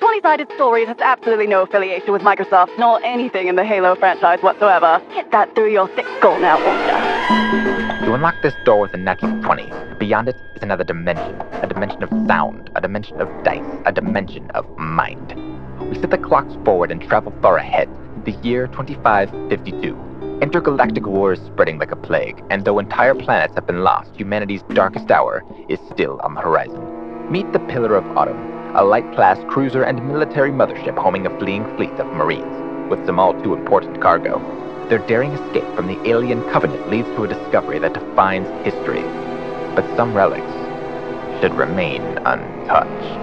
one-sided story that's absolutely no affiliation with Microsoft nor anything in the Halo franchise whatsoever. Get that through your thick skull now, won't ya? You unlock this door with a natural 20. Beyond it is another dimension. A dimension of sound, a dimension of dice, a dimension of mind. We set the clocks forward and travel far ahead. The year 2552. Intergalactic war is spreading like a plague, and though entire planets have been lost, humanity's darkest hour is still on the horizon. Meet the Pillar of Autumn, a light class cruiser and military mothership homing a fleeing fleet of Marines, with some all too important cargo. Their daring escape from the alien covenant leads to a discovery that defines history. But some relics should remain untouched.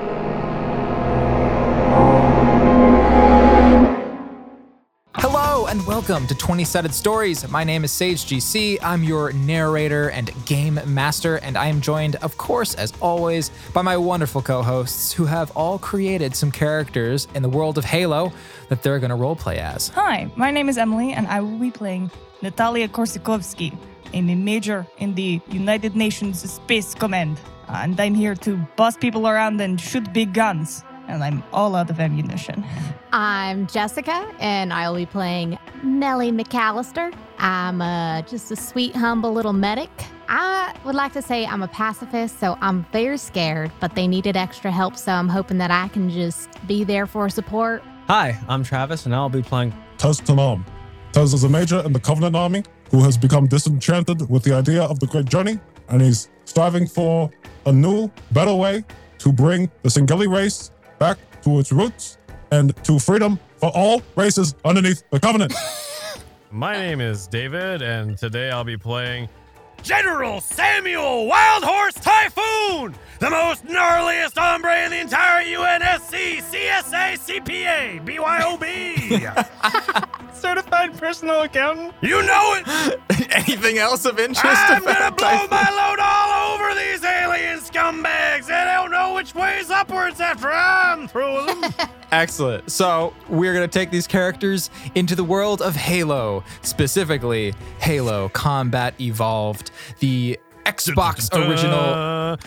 Hello and welcome to 20 Sided Stories. My name is Sage GC. I'm your narrator and game master, and I am joined, of course, as always, by my wonderful co hosts who have all created some characters in the world of Halo that they're going to roleplay as. Hi, my name is Emily, and I will be playing Natalia Korsakovsky. I'm a major in the United Nations Space Command, and I'm here to boss people around and shoot big guns. And I'm all out of ammunition. I'm Jessica, and I'll be playing Melly McAllister. I'm uh, just a sweet, humble little medic. I would like to say I'm a pacifist, so I'm very scared, but they needed extra help, so I'm hoping that I can just be there for support. Hi, I'm Travis, and I'll be playing. Tez Tanam. Tez is a major in the Covenant Army who has become disenchanted with the idea of the Great Journey, and he's striving for a new, better way to bring the Singeli race back to its roots and to freedom for all races underneath the Covenant. My name is David, and today I'll be playing General Samuel Wildhorse Typhoon, the most gnarliest hombre in the entire UNSC, CSA, CPA, BYOB. Certified personal accountant. you know it. Anything else of interest? I'm about gonna blow Typhoon? my load all over these alien scumbags. They don't know which way's upwards after I'm through with them. Excellent. So, we're going to take these characters into the world of Halo, specifically Halo Combat Evolved, the Xbox original.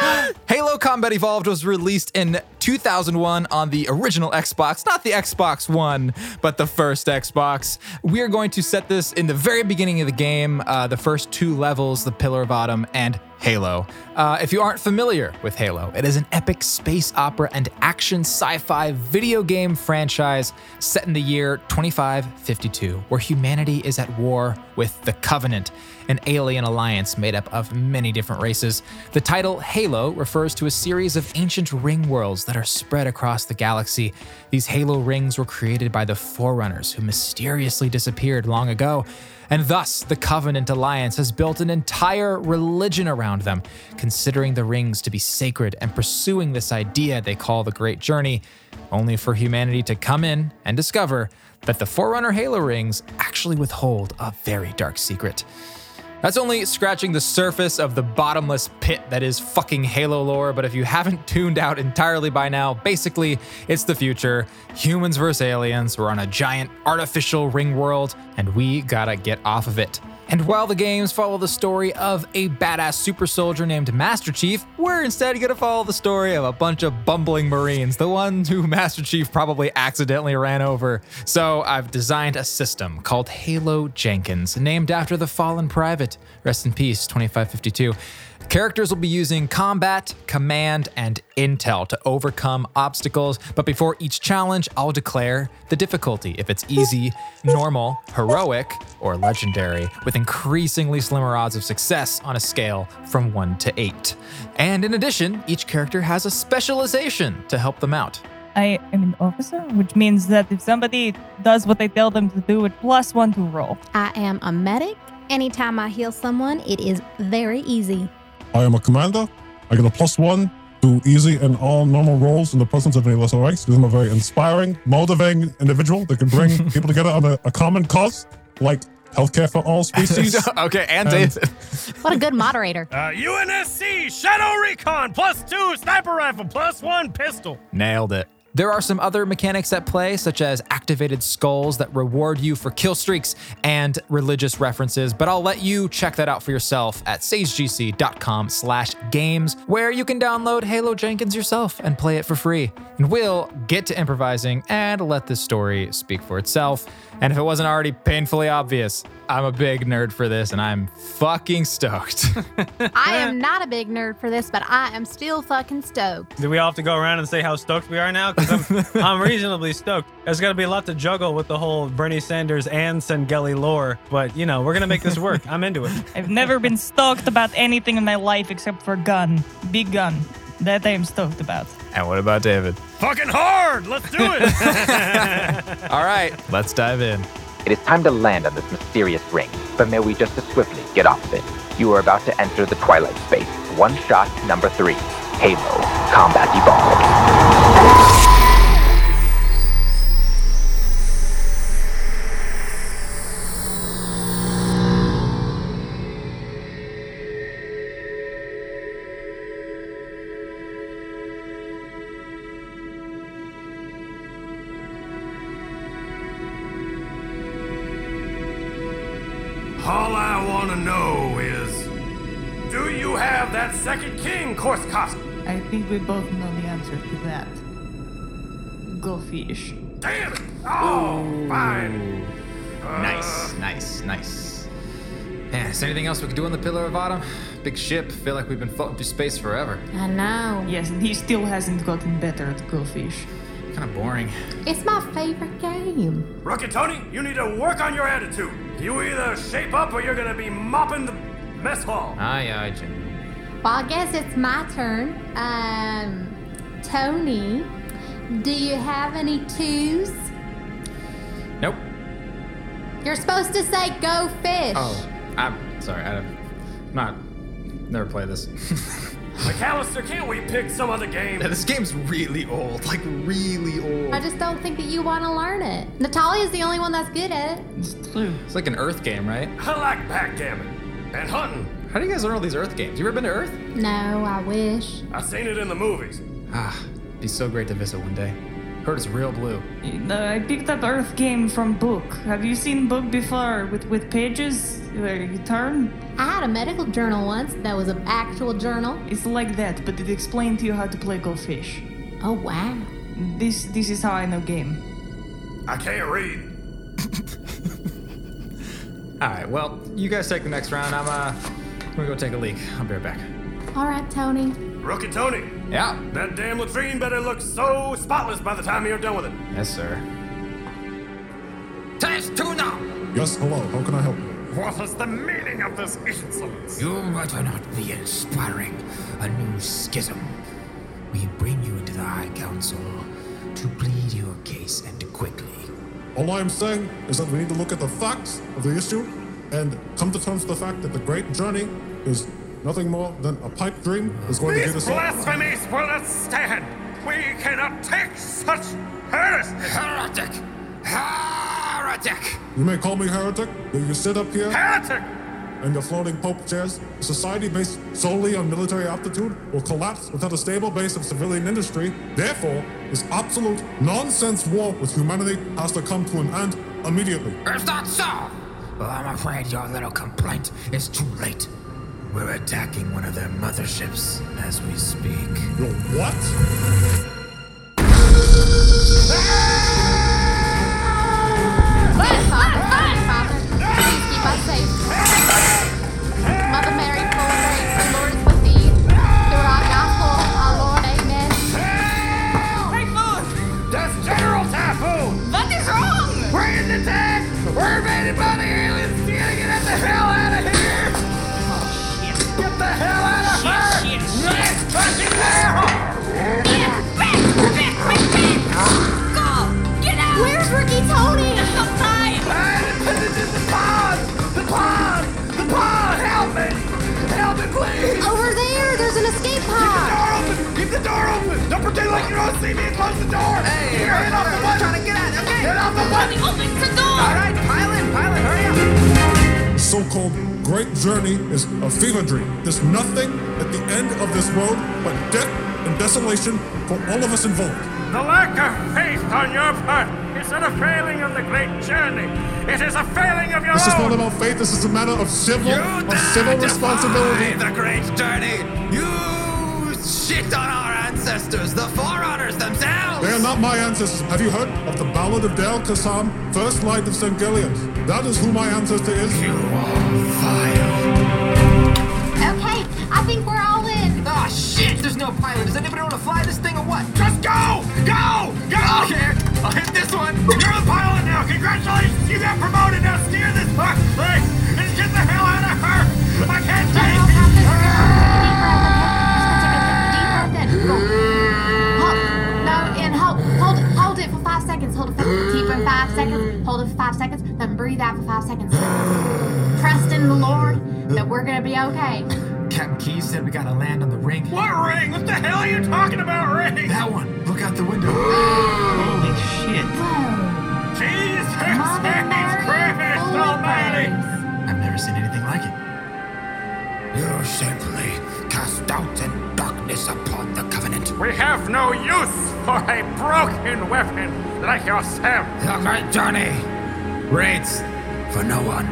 uh, Halo Combat Evolved was released in 2001 on the original Xbox, not the Xbox One, but the first Xbox. We are going to set this in the very beginning of the game, uh, the first two levels, the Pillar of Autumn and Halo. Uh, if you aren't familiar with Halo, it is an epic space opera and action sci fi video game franchise set in the year 2552, where humanity is at war with the Covenant, an alien alliance made up of many different races. The title Halo refers to a series of ancient ring worlds that are spread across the galaxy. These Halo rings were created by the Forerunners, who mysteriously disappeared long ago. And thus, the Covenant Alliance has built an entire religion around them, considering the rings to be sacred and pursuing this idea they call the Great Journey, only for humanity to come in and discover that the Forerunner Halo rings actually withhold a very dark secret. That's only scratching the surface of the bottomless pit that is fucking Halo lore, but if you haven't tuned out entirely by now, basically, it's the future. Humans versus aliens, we're on a giant artificial ring world, and we gotta get off of it. And while the games follow the story of a badass super soldier named Master Chief, we're instead gonna follow the story of a bunch of bumbling Marines, the ones who Master Chief probably accidentally ran over. So I've designed a system called Halo Jenkins, named after the fallen private. Rest in peace, 2552. Characters will be using combat, command, and intel to overcome obstacles, but before each challenge, I'll declare the difficulty if it's easy, normal, heroic, or legendary, with increasingly slimmer odds of success on a scale from 1 to 8. And in addition, each character has a specialization to help them out. I am an officer, which means that if somebody does what I tell them to do, it plus one to roll. I am a medic. Anytime I heal someone, it is very easy. I am a commander. I get a plus one to easy and all normal roles in the presence of any lesser ranks because I'm a very inspiring, motivating individual that can bring people together on a, a common cause, like healthcare for all species. okay, and And- David. What a good moderator. Uh, UNSC Shadow Recon plus two sniper rifle plus one pistol. Nailed it. There are some other mechanics at play, such as activated skulls that reward you for kill streaks and religious references, but I'll let you check that out for yourself at sagegc.com slash games, where you can download Halo Jenkins yourself and play it for free. And we'll get to improvising and let this story speak for itself. And if it wasn't already painfully obvious, I'm a big nerd for this and I'm fucking stoked. I am not a big nerd for this, but I am still fucking stoked. Do we all have to go around and say how stoked we are now? Because I'm, I'm reasonably stoked. There's going to be a lot to juggle with the whole Bernie Sanders and Sengeli lore, but you know, we're going to make this work. I'm into it. I've never been stoked about anything in my life except for gun. Big gun. That I am stoked about. And what about David? Fucking hard. Let's do it. All right. Let's dive in. It is time to land on this mysterious ring, but may we just as swiftly get off of it. You are about to enter the Twilight Space. One shot number three. Halo Combat Evolved. All I want to know is, do you have that second king, Korskov? I think we both know the answer to that. Go fish. Damn it! Oh, fine. Uh. Nice, nice, nice. Man, is there anything else we could do on the Pillar of Autumn? Big ship, feel like we've been floating through space forever. I know. Yes, and he still hasn't gotten better at go fish. Kind of boring. It's my favorite game. Rookie Tony, you need to work on your attitude. You either shape up or you're gonna be mopping the mess hall. Aye, aye, Jim. Well, I guess it's my turn. Um, Tony, do you have any twos? Nope. You're supposed to say go fish. Oh, I'm sorry. I don't, I'm not. Never play this. McAllister, can't we pick some other game? Yeah, this game's really old. Like, really I old. just don't think that you want to learn it. Natalia's the only one that's good at it. It's true. It's like an Earth game, right? I like backgammon and hunting. How do you guys learn all these Earth games? You ever been to Earth? No, I wish. I seen it in the movies. Ah, be so great to visit one day. Heard it's real blue. Uh, I picked up Earth game from book. Have you seen book before with, with pages where you turn? I had a medical journal once that was an actual journal. It's like that, but it explained to you how to play go fish. Oh, wow. This this is how I know game. I can't read. All right, well, you guys take the next round. I'm uh, gonna go take a leak. I'll be right back. All right, Tony. Rookie Tony, Yeah. that damn latrine better look so spotless by the time you're done with it. Yes, sir. Test tuna! Yes, hello. How can I help you? What is the meaning of this insolence? You must not be inspiring a new schism. We bring you into the High Council to plead your case and quickly. All I am saying is that we need to look at the facts of the issue and come to terms with the fact that the great journey is nothing more than a pipe dream that's going to get us These all. blasphemies will not stand. We cannot take such heresy. Heretic! Heretic! You may call me heretic, but you sit up here Heretic! and your floating pope chairs, a society based solely on military aptitude will collapse without a stable base of civilian industry. Therefore, this absolute nonsense war with humanity has to come to an end immediately. It's not so! Well, I'm afraid your little complaint is too late. We're attacking one of their motherships as we speak. Your what? Run, Father, run, Father. Please keep us safe. Mother Mary, full of grace, the Lord is with thee. Through our gospel, our Lord, amen. Typhoon! That's General Typhoon! uh, What is wrong? We're in the tank! We're invaded by the aliens! You gotta get the hell out of here! Get the hell out of here! Right fucking now! Where's Ricky Tony? I'm in the pod! The pod! The pod! Help me! Help me, please! Over there, there's an escape pod. Door open! Keep the door open! Don't pretend like you don't see me and close the door! Hey! Here, hit off the button! trying to get out! Okay! Get off the button! Open the door! Alright, pilot! Pilot, hurry up! so-called great journey is a fever dream. There's nothing at the end of this road but death and desolation for all of us involved. The lack of faith on your part is not a failing of the great journey. It is a failing of your This is own. not about faith. This is a matter of civil, of civil responsibility. The great journey. You shit on our ancestors, the forerunners themselves. They are not my ancestors. Have you heard of the Ballad of Dal Kassam, first light of St. Gilliam's? That is who my ancestor is. You are Okay, I think we're all in. Ah, shit! There's no pilot. Does anybody want to fly this thing or what? Just go! Go! Go! I'll hit, I'll hit this one. You're a pilot now. Congratulations, you got promoted. Now steer this fuck thing and get the hell out of her. I can't take it. Hold. No, and hold. Hold it. Hold it for five seconds. Hold it. For, keep it five seconds. Hold it for five seconds. Then breathe out for five seconds. Trust in the Lord that we're gonna be okay. Captain Key said we gotta land on the ring. What ring? What the hell are you talking about, ring? That one. Look out the window. Holy shit. Jesus Christ Almighty. I've never seen anything like it. You simply cast doubt and darkness upon the covenant. We have no use for a broken weapon like yourself. The great journey waits for no one.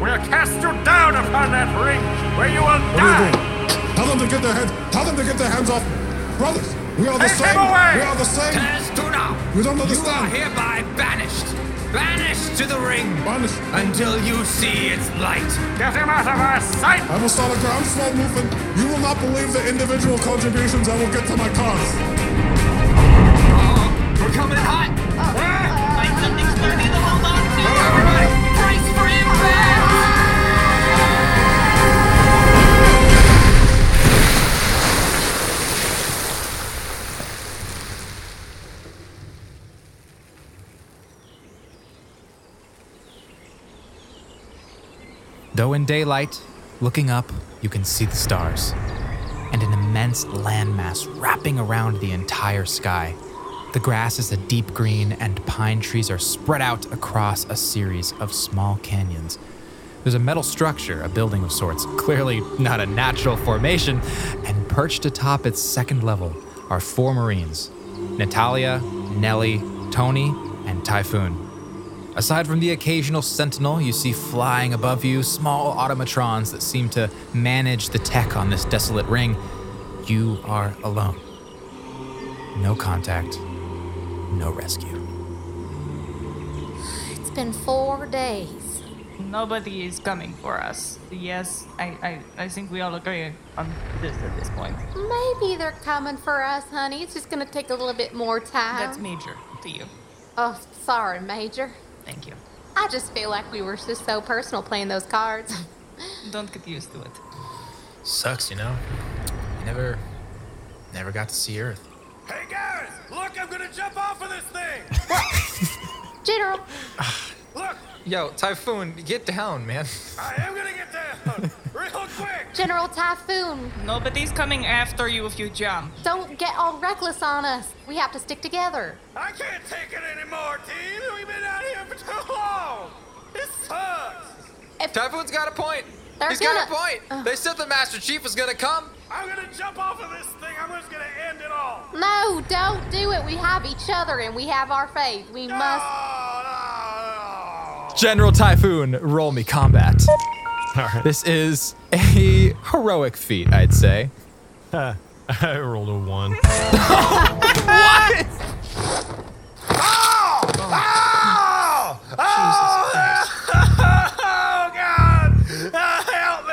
We'll cast you down upon that ring where you will What are you doing? Tell them to get their hands. Tell them to get their hands off. Brothers, we are the Take same. him away! We are the same. Test to now. You don't You are understand. hereby banished. Banished to the ring. Banished. Until you see its light. Get him out of our sight. I will start a groundswell movement. You will not believe the individual contributions I will get to my cause. We're coming in hot. Though in daylight, looking up, you can see the stars, and an immense landmass wrapping around the entire sky. The grass is a deep green, and pine trees are spread out across a series of small canyons. There's a metal structure, a building of sorts, clearly not a natural formation, and perched atop its second level are four Marines Natalia, Nelly, Tony, and Typhoon. Aside from the occasional sentinel you see flying above you, small automatrons that seem to manage the tech on this desolate ring, you are alone. No contact, no rescue. It's been four days. Nobody is coming for us. Yes, I, I, I think we all agree on this at this point. Uh-huh. Maybe they're coming for us, honey. It's just gonna take a little bit more time. That's major to you. Oh, sorry, Major. Thank you. I just feel like we were just so personal playing those cards. Don't get used to it. Sucks, you know? You never, never got to see Earth. Hey guys, look, I'm gonna jump off of this thing. General. Yo, Typhoon, get down, man. I am gonna get down real quick. General Typhoon, Nobody's coming after you if you jump. don't get all reckless on us. We have to stick together. I can't take it anymore, team. We've been out here for too long. It sucks. Typhoon's got a point. They're He's got a gonna- point. They said the Master Chief was gonna come. I'm gonna jump off of this thing. I'm just gonna end it all. No, don't do it. We have each other and we have our faith. We must. General Typhoon, roll me combat. This is a heroic feat, I'd say. I rolled a one. what? Oh! Oh! Oh! God! Oh, help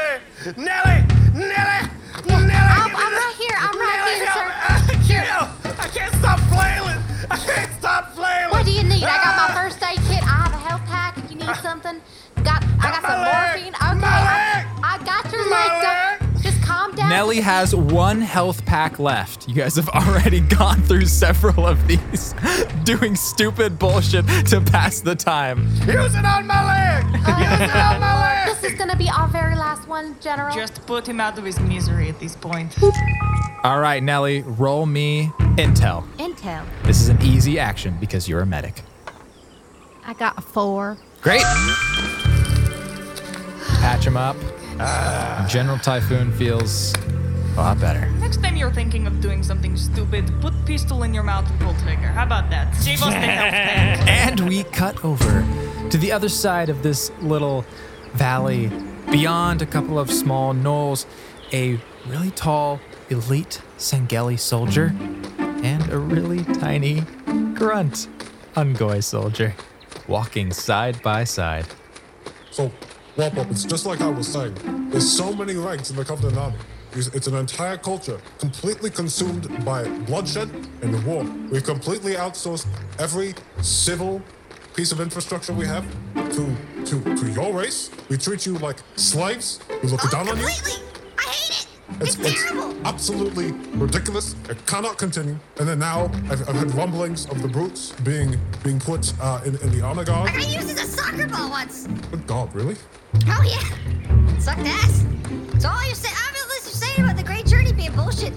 me! Nelly! Nelly! Nelly! I'm, I'm right here. I'm right Nelly, here, sir. I can't, I can't stop flailing. I can't stop flailing. What do you need? I got my Ah! first aid kit. I have a health pack. If you need something, got I got some morphine. Okay, I, I got your leg. Don't, just calm down. Nelly has one health pack left. You guys have already gone through several of these, doing stupid bullshit to pass the time. Use it on my leg. This is gonna be our very last one, General. Just put him out of his misery at this point. All right, Nelly, roll me intel. Intel. This is an easy action because you're a medic. I got a four. Great. patch him up. General Typhoon feels a lot better. Next time you're thinking of doing something stupid, put pistol in your mouth and pull trigger. How about that? Save us the health tank. And we cut over to the other side of this little valley. Beyond a couple of small knolls, a really tall, elite Sangeli soldier and a really tiny grunt Ungoy soldier walking side by side. So, Wop Up, it's just like I was saying. There's so many ranks in the Covenant Army. It's it's an entire culture completely consumed by bloodshed and war. We've completely outsourced every civil piece of infrastructure we have to to, to your race. We treat you like slaves. We look down on you. It's, it's absolutely ridiculous. It cannot continue. And then now I've, I've had rumblings of the brutes being being put uh, in, in the honor guard. I got used as a soccer ball once. Good God, really? Oh yeah, sucked ass. So all you're saying, all this you're saying about the Great Journey being bullshit,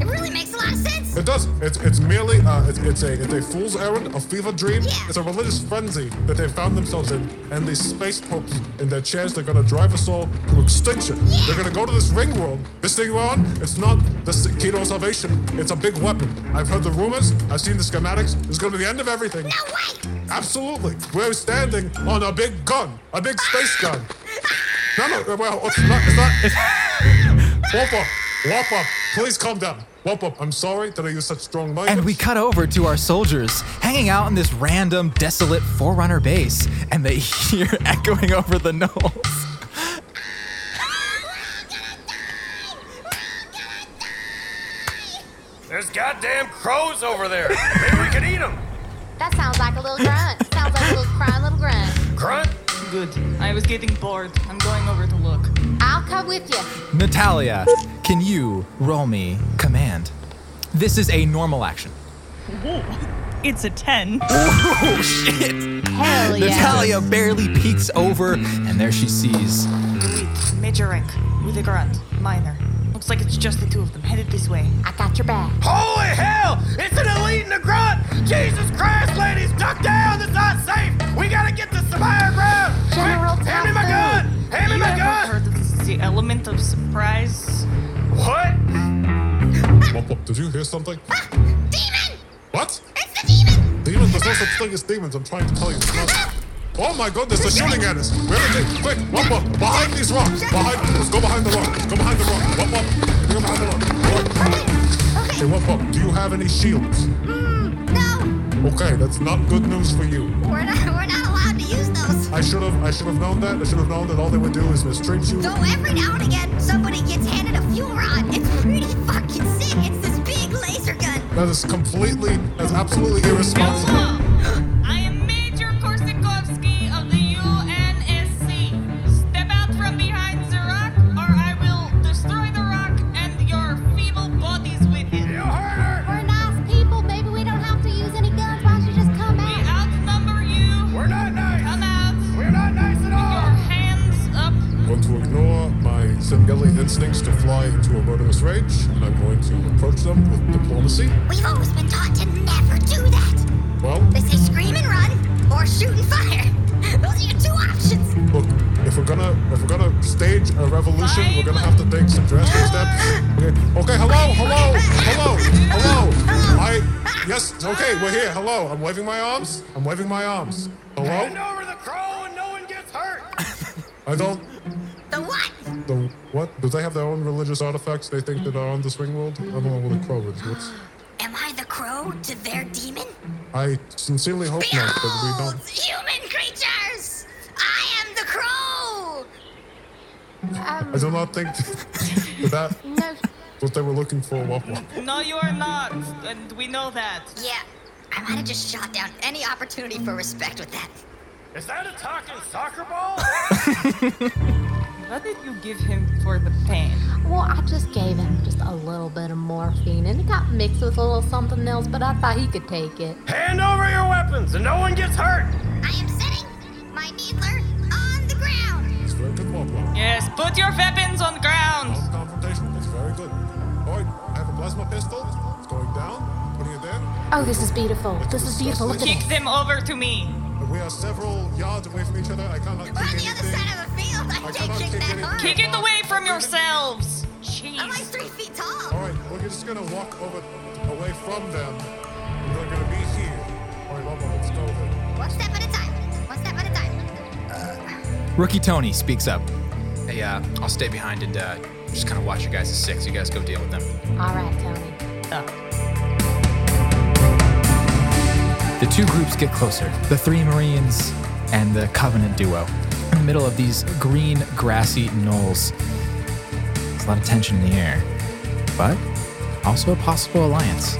it really makes a lot of sense. It does. It's it's merely uh, it's, it's a it's a fool's errand, a fever dream. It's a religious frenzy that they found themselves in, and these space popes in their chairs, they're gonna drive us all to extinction. They're gonna go to this ring world. This thing we're on, it's not the key to salvation. It's a big weapon. I've heard the rumors. I've seen the schematics. It's gonna be the end of everything. No way. Absolutely. We're standing on a big gun, a big space gun. No, no. Well, it's not. It's not. It's, Wop up, wop up. Please calm down. Wop up. I'm sorry that I used such strong language. And we cut over to our soldiers hanging out in this random, desolate Forerunner base, and they hear echoing over the knolls. There's goddamn crows over there. Maybe we could eat them. That sounds like a little grunt. sounds like a little crying little grunt. Grunt? Good. I was getting bored. I'm going over to look. I'll come with you. Natalia, can you roll me command? This is a normal action. It's a 10. Oh, shit. Hell Natalia barely peeks over, and there she sees Major rank, with a grunt, minor. Looks like it's just the two of them headed this way. I got your back. Holy hell! It's an elite and a grunt! Jesus Christ, ladies! Duck down! It's not safe! We gotta get to some higher ground! General Hand me my gun! Hand me You my ever gun! heard of this- the element of surprise? What? Wop up. Did you hear something? Ah, demon! What? It's the demon! Demon? There's no such thing as demons. I'm trying to tell you. It's not- Oh my goodness, they're shooting at us! Really, Jake, quick, Wop up! Behind these rocks! Behind, let's go behind the rock! Go behind the rock! Wop up! Go behind the rock! Go up. Hey, Wop up, do you have any shields? no! Okay, that's not good news for you. We're not, we're not allowed to use those. I should have I should have known that. I should have known that all they would do is mistreat you. So every now and again, somebody gets handed a fuel rod. It's pretty fucking sick. It's this big laser gun. That is completely that's absolutely irresponsible. I am Major Korsakovsky of the UNSC. Step out from behind the rock, or I will destroy the rock and your feeble bodies with it. You heard her! We're nice people. Maybe we don't have to use any guns. Why don't you just come out? We outnumber you. We're not nice. Come out. We're not nice at all. Your hands up. going to ignore my Zengeli instincts to fly into a murderous rage, and I'm going to approach them with diplomacy. We've always been taught to never do that. Well, They say scream and run or shoot and fire. Those are your two options. look, if we're gonna if we're gonna stage a revolution, we're gonna have to take some drastic steps. Okay, okay, hello, hello, hello, hello. I yes, okay, we're here. Hello, I'm waving my arms. I'm waving my arms. Hello. Hand over the crow and no one gets hurt. I don't. The what? The what? Do they have their own religious artifacts they think that are on this ring world? I don't know what a crow is. What's, Am I the crow to their demon? I sincerely hope not, but we don't. Human creatures! I am the crow! I do not think that, that what they were looking for. Wop wop. No, you are not, and we know that. Yeah, I might have just shot down any opportunity for respect with that. Is that a talking soccer ball? What did you give him for the pain? Well, I just gave him just a little bit of morphine, and it got mixed with a little something else, but I thought he could take it. Hand over your weapons and no one gets hurt. I am setting my needler on the ground. It's very good, Wop Wop. Yes, put your weapons on ground. Confrontation. It's very good. All right, I have a plasma pistol. It's going down. Putting it there. Oh, Oh, this is beautiful. This is beautiful. Look at Kick them over to me. I We are several yards away from each other. I cannot on kick the anything. other side of the field. I, I can't cannot kick kick that any- hard. Kick it away from yourselves. I'm like three feet tall. All right, we're just gonna walk over away from them. They're gonna be here. All right, Lobo, let's go then. One step at a time. One step at a time. Rookie Tony speaks up. Hey, uh, I'll stay behind and uh, just kind of watch you guys at six. You guys go deal with them. All right, Tony. The two groups get closer the three Marines and the Covenant duo. In the middle of these green, grassy knolls, there's a lot of tension in the air, but also a possible alliance.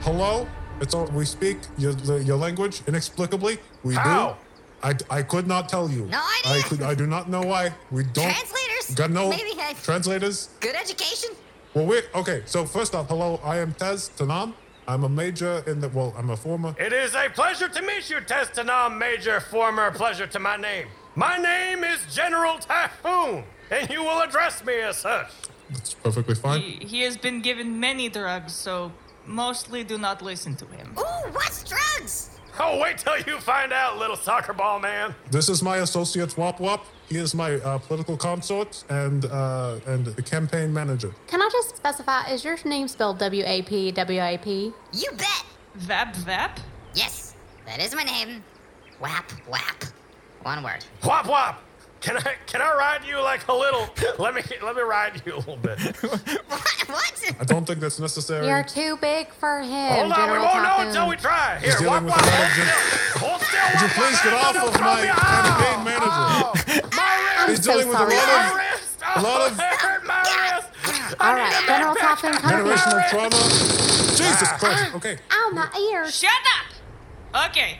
Hello? It's all, we speak your, the- your language inexplicably. We How? do. I, I could not tell you. No I idea. could I do not know why. We don't. Translators? Got no Maybe I- translators. Good education. Well, wait. Okay. So first off, hello. I am Tez Tanam. I'm a major in the. Well, I'm a former. It is a pleasure to meet you, Testanam Major, former pleasure to my name. My name is General Typhoon, and you will address me as such. It's perfectly fine. He, he has been given many drugs, so mostly do not listen to him. Ooh, what's drugs? Oh, wait till you find out, little soccer ball man. This is my associate Wop Wop. He is my uh, political consort and uh, and the campaign manager. Can I just specify, is your name spelled W A P W A P? You bet. Vap Vap? Yes, that is my name. Whap, whap. One word. Whop whop. Can I can I ride you like a little? let me let me ride you a little bit. what? I don't think that's necessary. You're too big for him. Hold on, we General won't know Typhoon. until we try. He's Here, dealing whop with whop. a lot of gen- Hold still. Would you please get off of my campaign manager? Oh, He's dealing with a lot of a lot of All right, General Typhoon, come here. generational trauma. Jesus Christ. Okay. Ow, my ear. Shut up! Okay.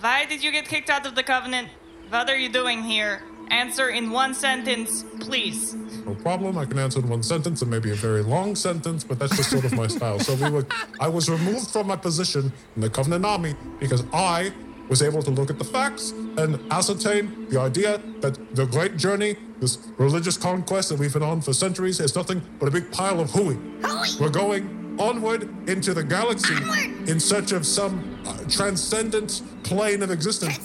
Why did you get kicked out of the Covenant? What are you doing here? Answer in one sentence, please. No problem. I can answer in one sentence and maybe a very long sentence, but that's just sort of my style. So we were, I was removed from my position in the Covenant Army because I was able to look at the facts and ascertain the idea that the great journey, this religious conquest that we've been on for centuries, is nothing but a big pile of hooey. We're going onward into the galaxy in search of some uh, transcendent plane of existence.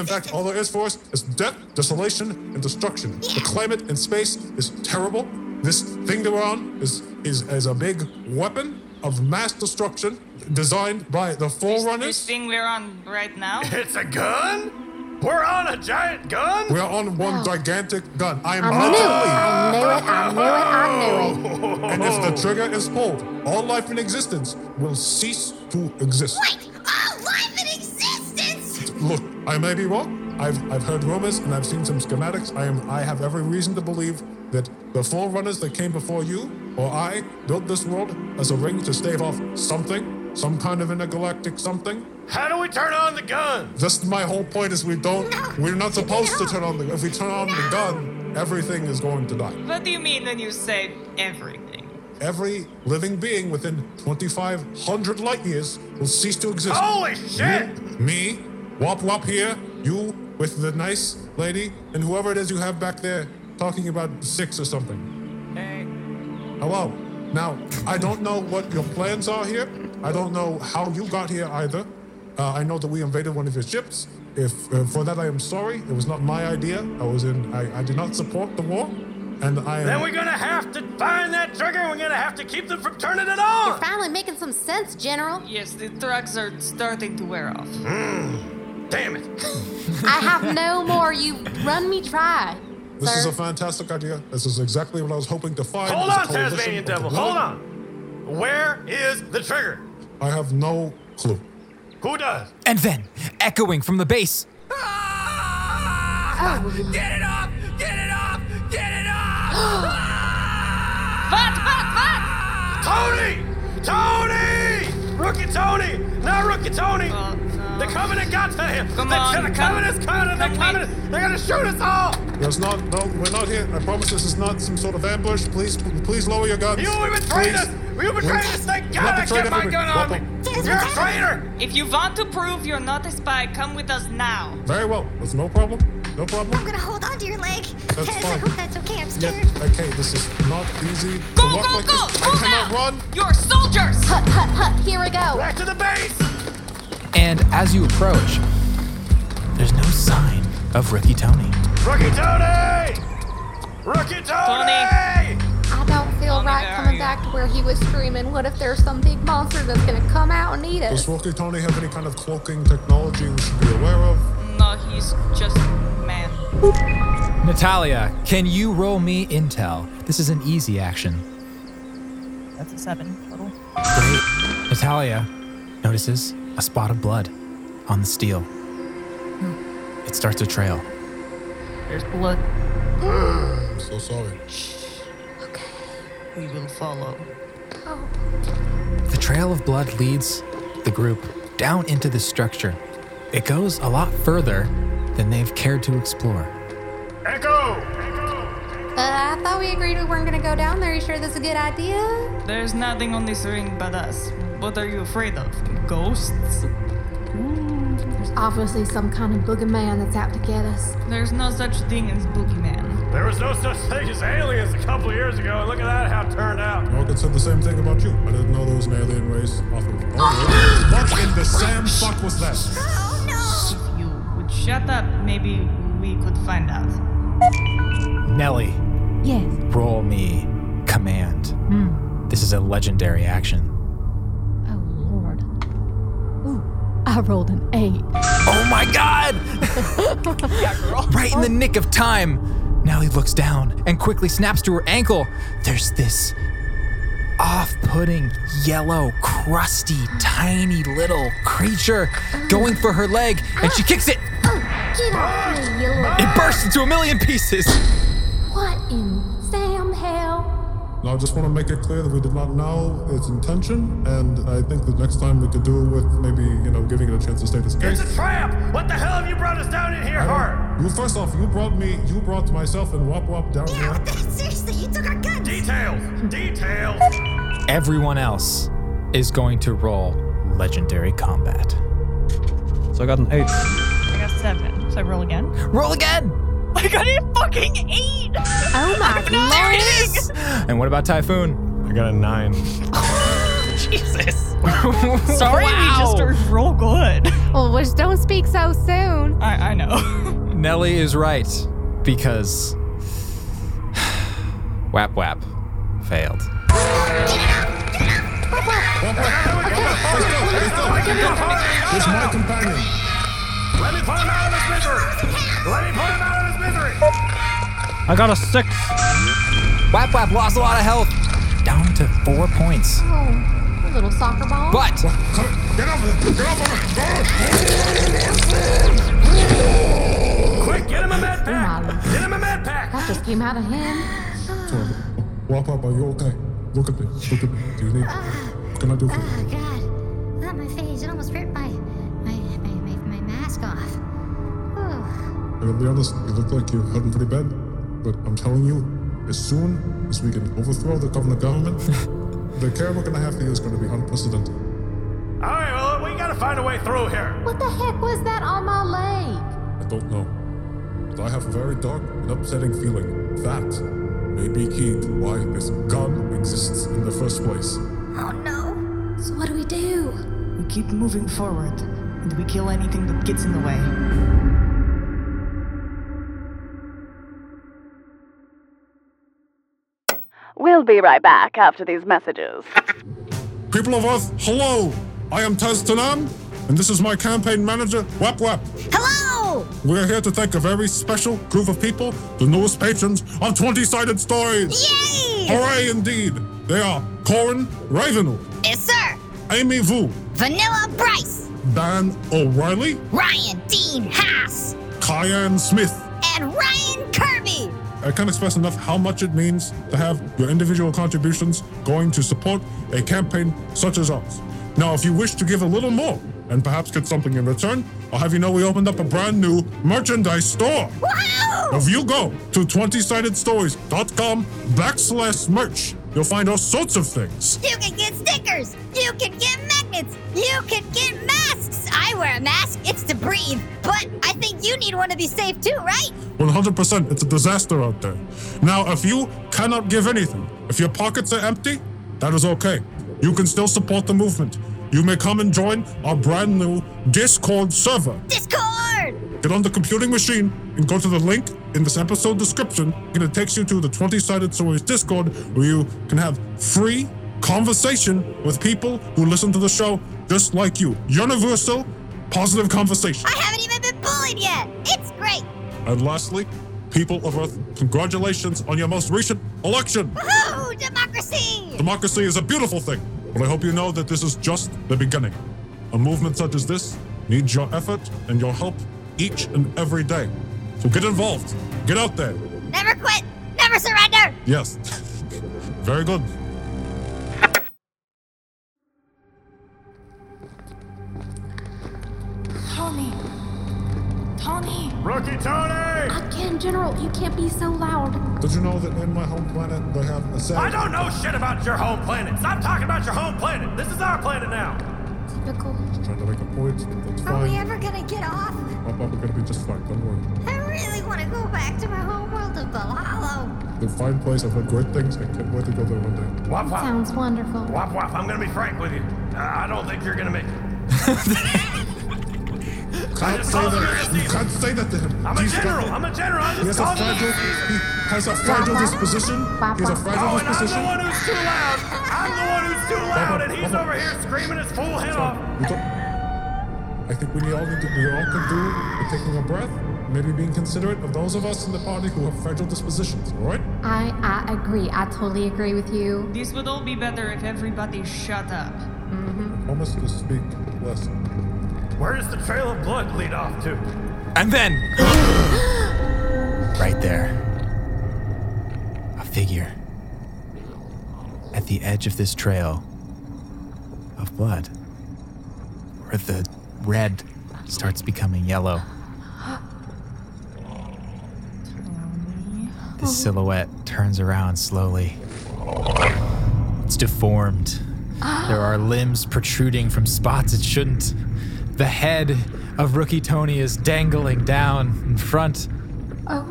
in fact, all there is for us is death, desolation, and destruction. The climate in space is terrible. This thing that we're on is is, is a big weapon of mass destruction designed by the Forerunners. This thing we're on right now. It's a gun? We're on a giant gun? We're on one gigantic gun. I am I knew it. I knew it. I it. knew oh. I knew it. And if the trigger is pulled, all life in existence will cease to exist. Oh, life in existence! Look, I may be wrong. I've I've heard rumors and I've seen some schematics. I am I have every reason to believe that the forerunners that came before you or I built this world as a ring to stave off something, some kind of intergalactic something. How do we turn on the gun? That's my whole point is we don't we're not supposed to turn on the if we turn on the gun, everything is going to die. What do you mean when you say everything? Every living being within 2,500 light years will cease to exist. Holy shit! Me, Wop Wop here, you with the nice lady, and whoever it is you have back there talking about six or something. Hey. Hello. Now, I don't know what your plans are here. I don't know how you got here either. Uh, I know that we invaded one of your ships. If uh, for that I am sorry, it was not my idea. I was in. I, I did not support the war, and I. am- Then we're gonna have to find that trigger and we're gonna have to keep them from turning it on! Finally making some sense, General. Yes, the drugs are starting to wear off. Hmm. Damn it. I have no more. You run me try. This is sir. a fantastic idea. This is exactly what I was hoping to find. Hold It was a on, coalition Tasmanian of the Devil, willing. hold on. Where is the trigger? I have no clue. Who does? And then, echoing from the base, Get it off! Get it off! Get it off! Ah! What? What? What? Tony! Tony! Rookie Tony! Not Rookie Tony! The Covenant got to him! Oh, Come the, on, the come- Covenant's coming! The Covenant! They're gonna shoot us all! There's not. No, we're not here. I promise this is not some sort of ambush. Please, please lower your guns. You betrayed Please. us! You betrayed Please. us! Thank Not God I betrayed kept my everybody. gun on Wop, me! is You're a retarded. traitor! If you want to prove you're not a spy, come with us now. Very well. That's no problem. No I'm problem. gonna hold on to your leg. That's Tez, I fine. hope that's okay. I'm Yet, scared. okay, this is not easy. to Go, walk go, like go! This. Move I cannot out! run. You're soldiers! Hut, hut, hut. Here we go. Back to the base! And as you approach, there's no sign of Rookie Tony. Rookie Tony! Rookie Tony! I don't feel right coming back to where he was screaming, what if there's some big monster that's gonna come out and eat Does us? Walkie Tony have any kind of cloaking technology we should be aware of? No, he's just man. Natalia, can you roll me intel? This is an easy action. That's a seven total. Natalia notices a spot of blood on the steel. It starts to trail. There's blood. I'm so sorry. We will follow. The trail of blood leads the group down into the structure. It goes a lot further than they've cared to explore. Echo! Uh, I thought we agreed we weren't gonna go down there. You sure this is a good idea? There's nothing on this ring but us. What are you afraid of? Ghosts? There's obviously some kind of boogeyman that's out to get us. There's no such thing as boogeyman. There was no such thing as aliens a couple of years ago, and look at that, how it turned out. Morgan said the same thing about you. I didn't know there was an alien race off of. Oh, what in the Sam fuck was that? Oh, If you would shut up, maybe we could find out. Nelly, Yes. roll me command. Hmm. This is a legendary action. Oh, Lord. Ooh, I rolled an eight. Oh my god! Right in the nick of time, Nellie looks down and quickly snaps to her ankle. There's this off putting, yellow, crusty, tiny little creature going for her leg, and she kicks it. Get off me, you little... It bursts into a million pieces. What in Sam hell? Now, I just want to make it clear that we did not know its intention, and I think that next time we could do it with maybe, you know, giving it a chance to state its It's case. a trap! What the hell have you brought us down in here I don't- for? You first off, you brought me, you brought myself and Wop Wop down here. Seriously, you took our guns. Details! Details! Everyone else is going to roll legendary combat. So I got an eight. I got seven. So I roll again? Roll again! I got a fucking eight! Oh my goodness! And what about Typhoon? I got a nine. Jesus. Sorry, we just roll good. Well, just don't speak so soon. I, I know. Nelly is right because Wap Wap failed. It's my companion. Let me put him out of his misery! Let me put him out of his misery! I got a six. Wap Wap lost a lot of health, down to four points. Oh, a little soccer ball. But Get off of it! Get off of it! Quick, get him a med pack! Get him a med pack! That just came out of him. Wop Wop, are you okay? Look at me. Look at me. Do you need? What can I do for you? Oh God! Not my face. It almost ripped my my my, my, my mask off. Ooh. I gotta be honest, you look like you're hurting pretty bad. But I'm telling you, as soon as we can overthrow the government government, the care we're gonna have for you is gonna be unprecedented. Alright, well, we gotta find a way through here. What the heck was that on my leg? I don't know. But I have a very dark and upsetting feeling that may be key to why this gun exists in the first place. Oh no! So what do we do? We keep moving forward, and we kill anything that gets in the way. We'll be right back after these messages. People of Earth, hello! I am Tez Tanam, and this is my campaign manager, Wap Wap. Hello! We're here to thank a very special group of people, the newest patrons of 20 Sided Stories! Yay! Hooray indeed! They are Corin Ravenel, Yes, sir. Amy Vu, Vanilla Bryce, Dan O'Reilly, Ryan Dean Haas, Kyan Smith. and Ryan Kirby. I can't express enough how much it means to have your individual contributions going to support a campaign such as ours. Now, if you wish to give a little more and perhaps get something in return, I'll have you know we opened up a brand new merchandise store. If you go to 20sidedstories.com backslash merch, you'll find all sorts of things. You can get stickers. You can get magnets. magnets. You can get masks. I wear a mask. It's to breathe. But I think you need one to be safe too, right? 100%. It's a disaster out there. Now, if you cannot give anything, if your pockets are empty, that is okay. You can still support the movement. You may come and join our brand new Discord server. Discord! Get on the computing machine and go to the link in this episode description, and it takes you to the 20 Sided Stories Discord where you can have free conversation with people who listen to the show just like you. Universal, positive conversation. I haven't even been bullied yet. It's great. And lastly, people of Earth, congratulations on your most recent election. Woohoo! Democracy! Democracy is a beautiful thing, but I hope you know that this is just the beginning. A movement such as this needs your effort and your help each and every day. So get involved, get out there. Never quit. Never surrender. Yes. Very good. Tony! Tony! Rookie Tony! Again, General, you can't be so loud. Did you know that in my home planet they have a I don't know shit about your home planet. Stop talking about your home planet. This is our planet now. Typical. Trying to make a point. That's Are we fine. ever gonna get off? I'm gonna be just fine. Don't worry. I really want to go back to my home world of Valhalla. The fine place. I've heard great things. I can't wait to go there one day. Wop wop. Sounds wonderful. Wop wop. I'm gonna be frank with you. Uh, I don't think you're gonna make it. I Can't just say told you that. You can't say that to him. I'm a He's got- general. I'm a general. I He has just a called fragile. you. He has a fragile disposition. He has a fragile Oh, and I'm the disposition. one who's too loud. I'm the one who's too loud, and he's over here screaming his full head off. We don't- I think we all need to, we all can do with taking a breath, maybe being considerate of those of us in the party who have fragile dispositions, all right? I, I agree. I totally agree with you. This would all be better if everybody shut up. Promise to speak less. Where does the trail of blood lead off to? And then. Right there. A figure. At the edge of this trail of blood. Where the red starts becoming yellow. The silhouette turns around slowly. It's deformed. There are limbs protruding from spots it shouldn't. The head of Rookie Tony is dangling down in front. Oh,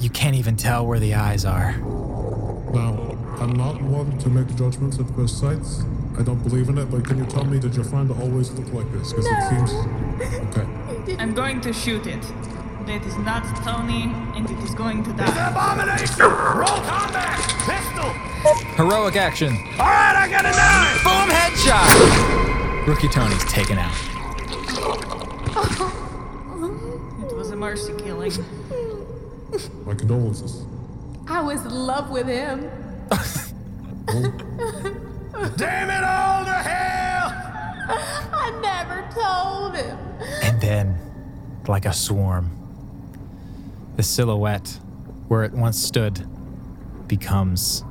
You can't even tell where the eyes are. Now, I'm not one to make judgments at first sights. I don't believe in it, but can you tell me, did your friend always look like this? Because it seems. Okay. I'm going to shoot it. That is not Tony, and it is going to die. abomination! Roll combat! Pistol! Heroic action. All right, I got a nine. Boom headshot. Rookie Tony's taken out. It was a mercy killing. My condolences. I was in love with him. Damn it all to hell! I never told him. And then, like a swarm, the silhouette where it once stood becomes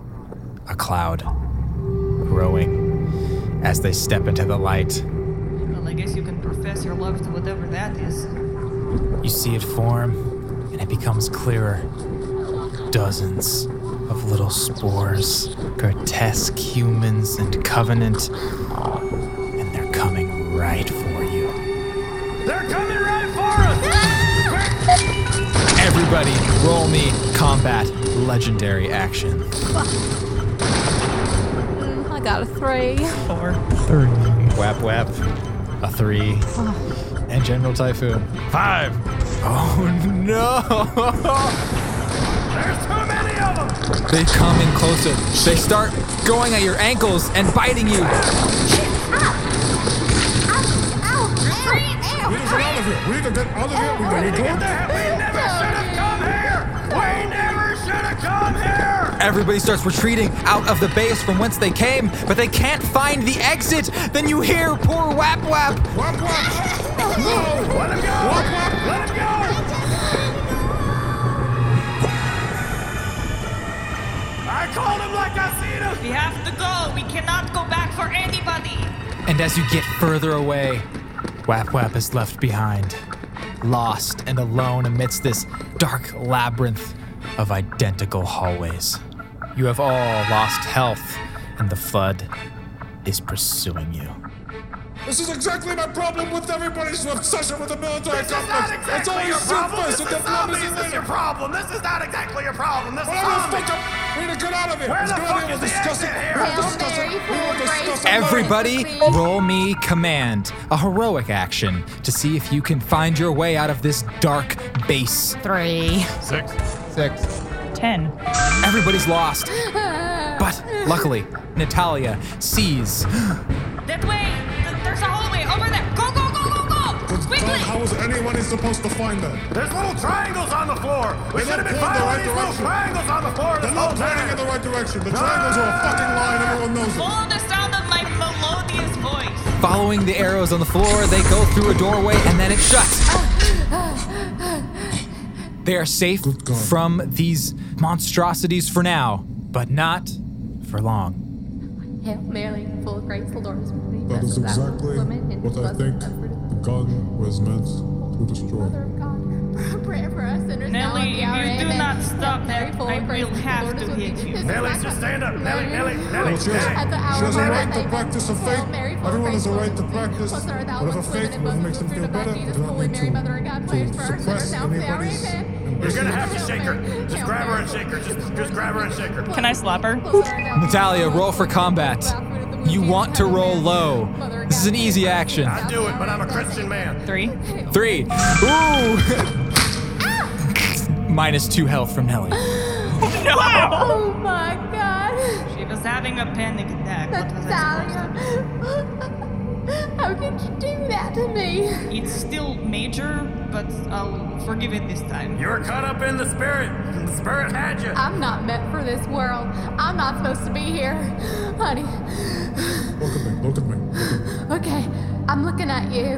a cloud, growing as they step into the light. Well, I guess you can profess your love to whatever that is. You see it form, and it becomes clearer. Dozens of little spores, grotesque humans and covenant, and they're coming right for you. They're coming right for us! Quick! Everybody, roll me combat legendary action. Mm, I got a three. Four. Three. Whap whap. A three. And General Typhoon. Five. Oh no! There's too many of them! They come in closer. They start going at your ankles and biting you. We need to get out of here. We need to get out of here. We need to get out of We never should have come here! We never should have come here! Everybody starts retreating out of the base from whence they came, but they can't find the exit. Then you hear poor Wap Wap. Wap Wap! No! Let him go! Let him go! I called him like I seen him! We have to go. We cannot go back for anybody. And as you get further away, Wap Wap is left behind, lost and alone amidst this dark labyrinth of identical hallways. You have all lost health, and the flood is pursuing you. This is exactly my problem with everybody's obsession with the military This is complex. not exactly your it's always problem. This surface is with the problem zombies. This is your problem. This is not exactly your problem. This is Whatever the zombies. fuck We need to get out of here. Where Let's the get out fuck of here. We'll is the discuss it. exit here? We'll discuss it. We'll discuss it. Everybody, roll me command, a heroic action to see if you can find your way out of this dark base. Three. Six. Six. Ten. Everybody's lost. But luckily, Natalia sees That way! Th- There's a hallway over there! Go, go, go, go, go! Quickly! How is anybody supposed to find them? There's little triangles on the floor. We should have been following these little triangles on the floor. They're not pointing in the right direction. The Ah! triangles are a fucking line. Everyone knows it. Follow the sound of my melodious voice. Following the arrows on the floor, they go through a doorway and then it shuts. They are safe from these monstrosities for now, but not for long. Hail Mary, full of grace, the Lord is with thee. That is Blessed thou art exactly among women, and what I blessed think is the fruit the gun was meant to destroy. of- Pray for us sinners now and at the Nelly, if hour of you do amen. not Hail stop Mary, that, full I of grace, will the have Lord to is with hit thee. you. This is Nelly, not just my- stand up. Nelly, Nelly, Mary, Nelly, She has, Nelly. she has a right to practice a faith. Everyone has a right to practice whatever faith whatever makes them feel better. They don't need to, to suppress anybody's. You're gonna have to shake her. Just grab her and shake her. Just, just grab her and shake her. Can I slap her? Natalia, roll for combat. You want to roll low. This is an easy action. I do it, but I'm a Christian man. Three. Three. Ooh! Minus two health from Nelly. Oh my god. She was having a panic attack. What was I Natalia. How could you do that to me? supposed- It's still major, but I'll forgive it this time. Uh, You were caught up in the spirit. The spirit had you. I'm not meant for this world. I'm not supposed to be here. Honey, Look at me. okay, I'm looking at you.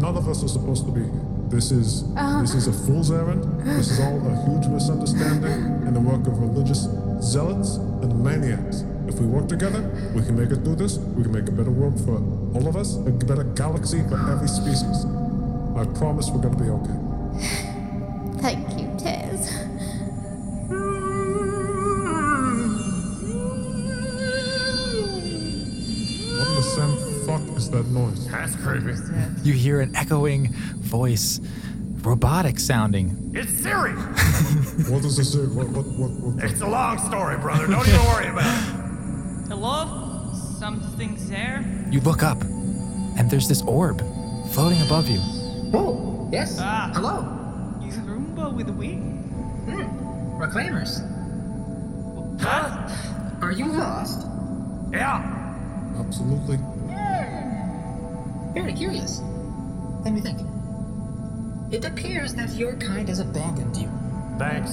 None of us are supposed to be here. This is this is a fool's errand. This is all a huge misunderstanding and the work of religious zealots and maniacs. If we work together, we can make it through this. We can make a better world for all of us, a better galaxy for every species. I promise we're gonna be okay. Thank you, Tez. What the Sam fuck is that noise? That's creepy. You hear an echoing voice, robotic sounding. It's Siri. what does this do? What, what, what, what? It's a long story, brother. Don't even worry about it. Hello? Something's there? You look up, and there's this orb floating above you. Oh, yes. Hello. He's a Roomba with a wing. Hmm. Reclaimers. Ah. Huh? Are you lost? Yeah. Absolutely. Very curious. Let me think. It appears that your kind has abandoned you. Thanks.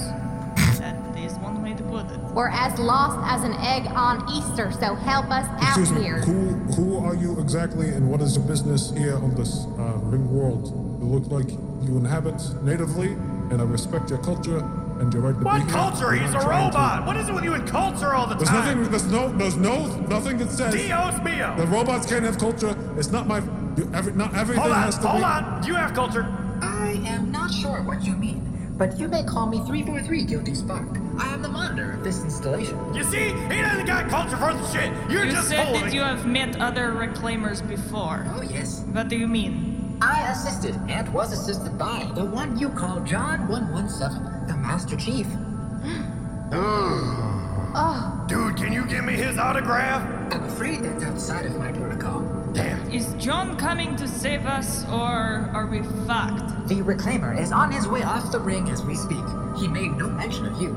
That is one way to put it. We're as lost as an egg on Easter, so help us out Excuse me. here. Who who are you exactly, and what is your business here on this uh, ring world? You look like you inhabit natively, and I respect your culture and your right to be What here. culture? We're He's a not trying to- robot. What is it with you and culture all the There's time? nothing. There's no. There's no. Nothing that says. Dios mio. The robots can't have culture. It's not my. you- Every, not everything Hold on. has to Hold be. on. You have culture. I am not sure what you mean, but you may call me 343 Guilty Spark. I am the monitor of this installation. You see, he doesn't got culture for the shit. You're you just said full of that it. you have met other reclaimers before. Oh yes. What do you mean? I assisted and was assisted by the one you call John 117, the Master Chief. Oh. Oh. Dude, can you give me his autograph? I'm afraid that's outside of my protocol. Is John coming to save us, or are we fucked? The Reclaimer is on his way off the ring as we speak. He made no mention of you.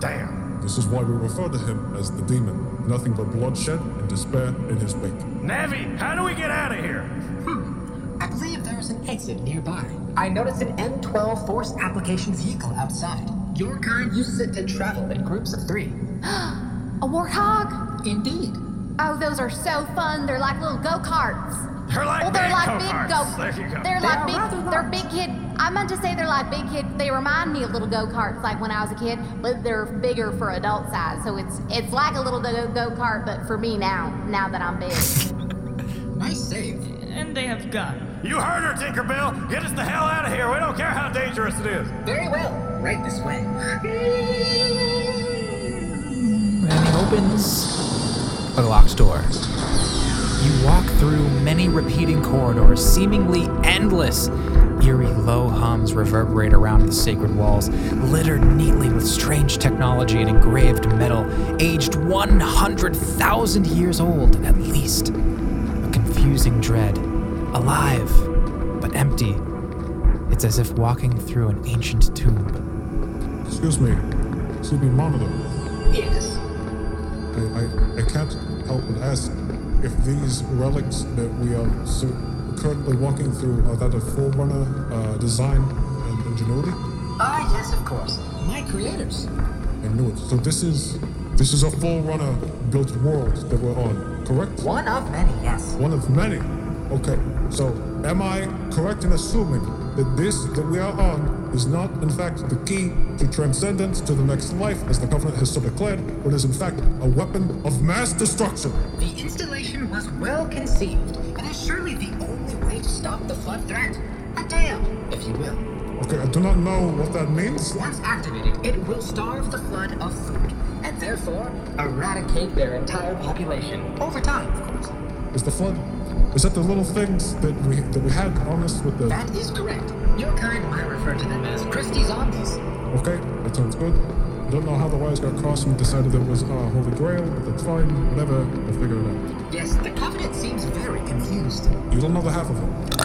Damn. This is why we refer to him as the demon. Nothing but bloodshed and despair in his wake. Navi, how do we get out of here? I believe there is an exit nearby. I noticed an M12 Force application vehicle outside. Your kind uses it to travel in groups of three. A warthog? Indeed. Oh, those are so fun. They're like little go karts. They're like well, they're big like go-karts. big There you go. They're They like are big. They're big kid. I meant to say they're like big kid. They remind me of little go karts, like when I was a kid, but they're bigger for adult size. So it's it's like a little go kart, but for me now, now that I'm big. Nice save. And they have gun. You heard her, Tinkerbell. Get us the hell out of here. We don't care how dangerous it is. Very well. Right this way. And he opens a locked door. You walk through many repeating corridors, seemingly endless. Eerie low hums reverberate around the sacred walls, littered neatly with strange technology and engraved metal, aged 100,000 years old at least. A confusing dread, alive but empty. It's as if walking through an ancient tomb. Excuse me, sleeping monitor. Yes. I, I, I can't help but ask if these relics that we are so currently walking through are that a forerunner uh, design and ingenuity? Ah, yes, of course. My creators. I knew it. So this is this is a forerunner built world that we're on, correct? One of many, yes. One of many. Okay. So am I correct in assuming that this that we are on is not in fact the key to transcendence to the next life as the covenant has so declared, but is in fact a weapon of mass destruction? The installation was well conceived and is surely the only way to stop the flood threat. A dam, if you will. Okay, I do not know what that means. Once activated, it will starve the flood of food and therefore eradicate their entire population over time, of course. Is the flood? Is that the little things that we that we had on us with the? That is correct. Your kind might refer to them as Christie zombies. Okay, that sounds good. I don't know how the wires got crossed and decided it was uh, Holy Grail, but that's fine. Whatever, we'll figure it Yes, the Covenant seems very confused. out. You don't know the half of it.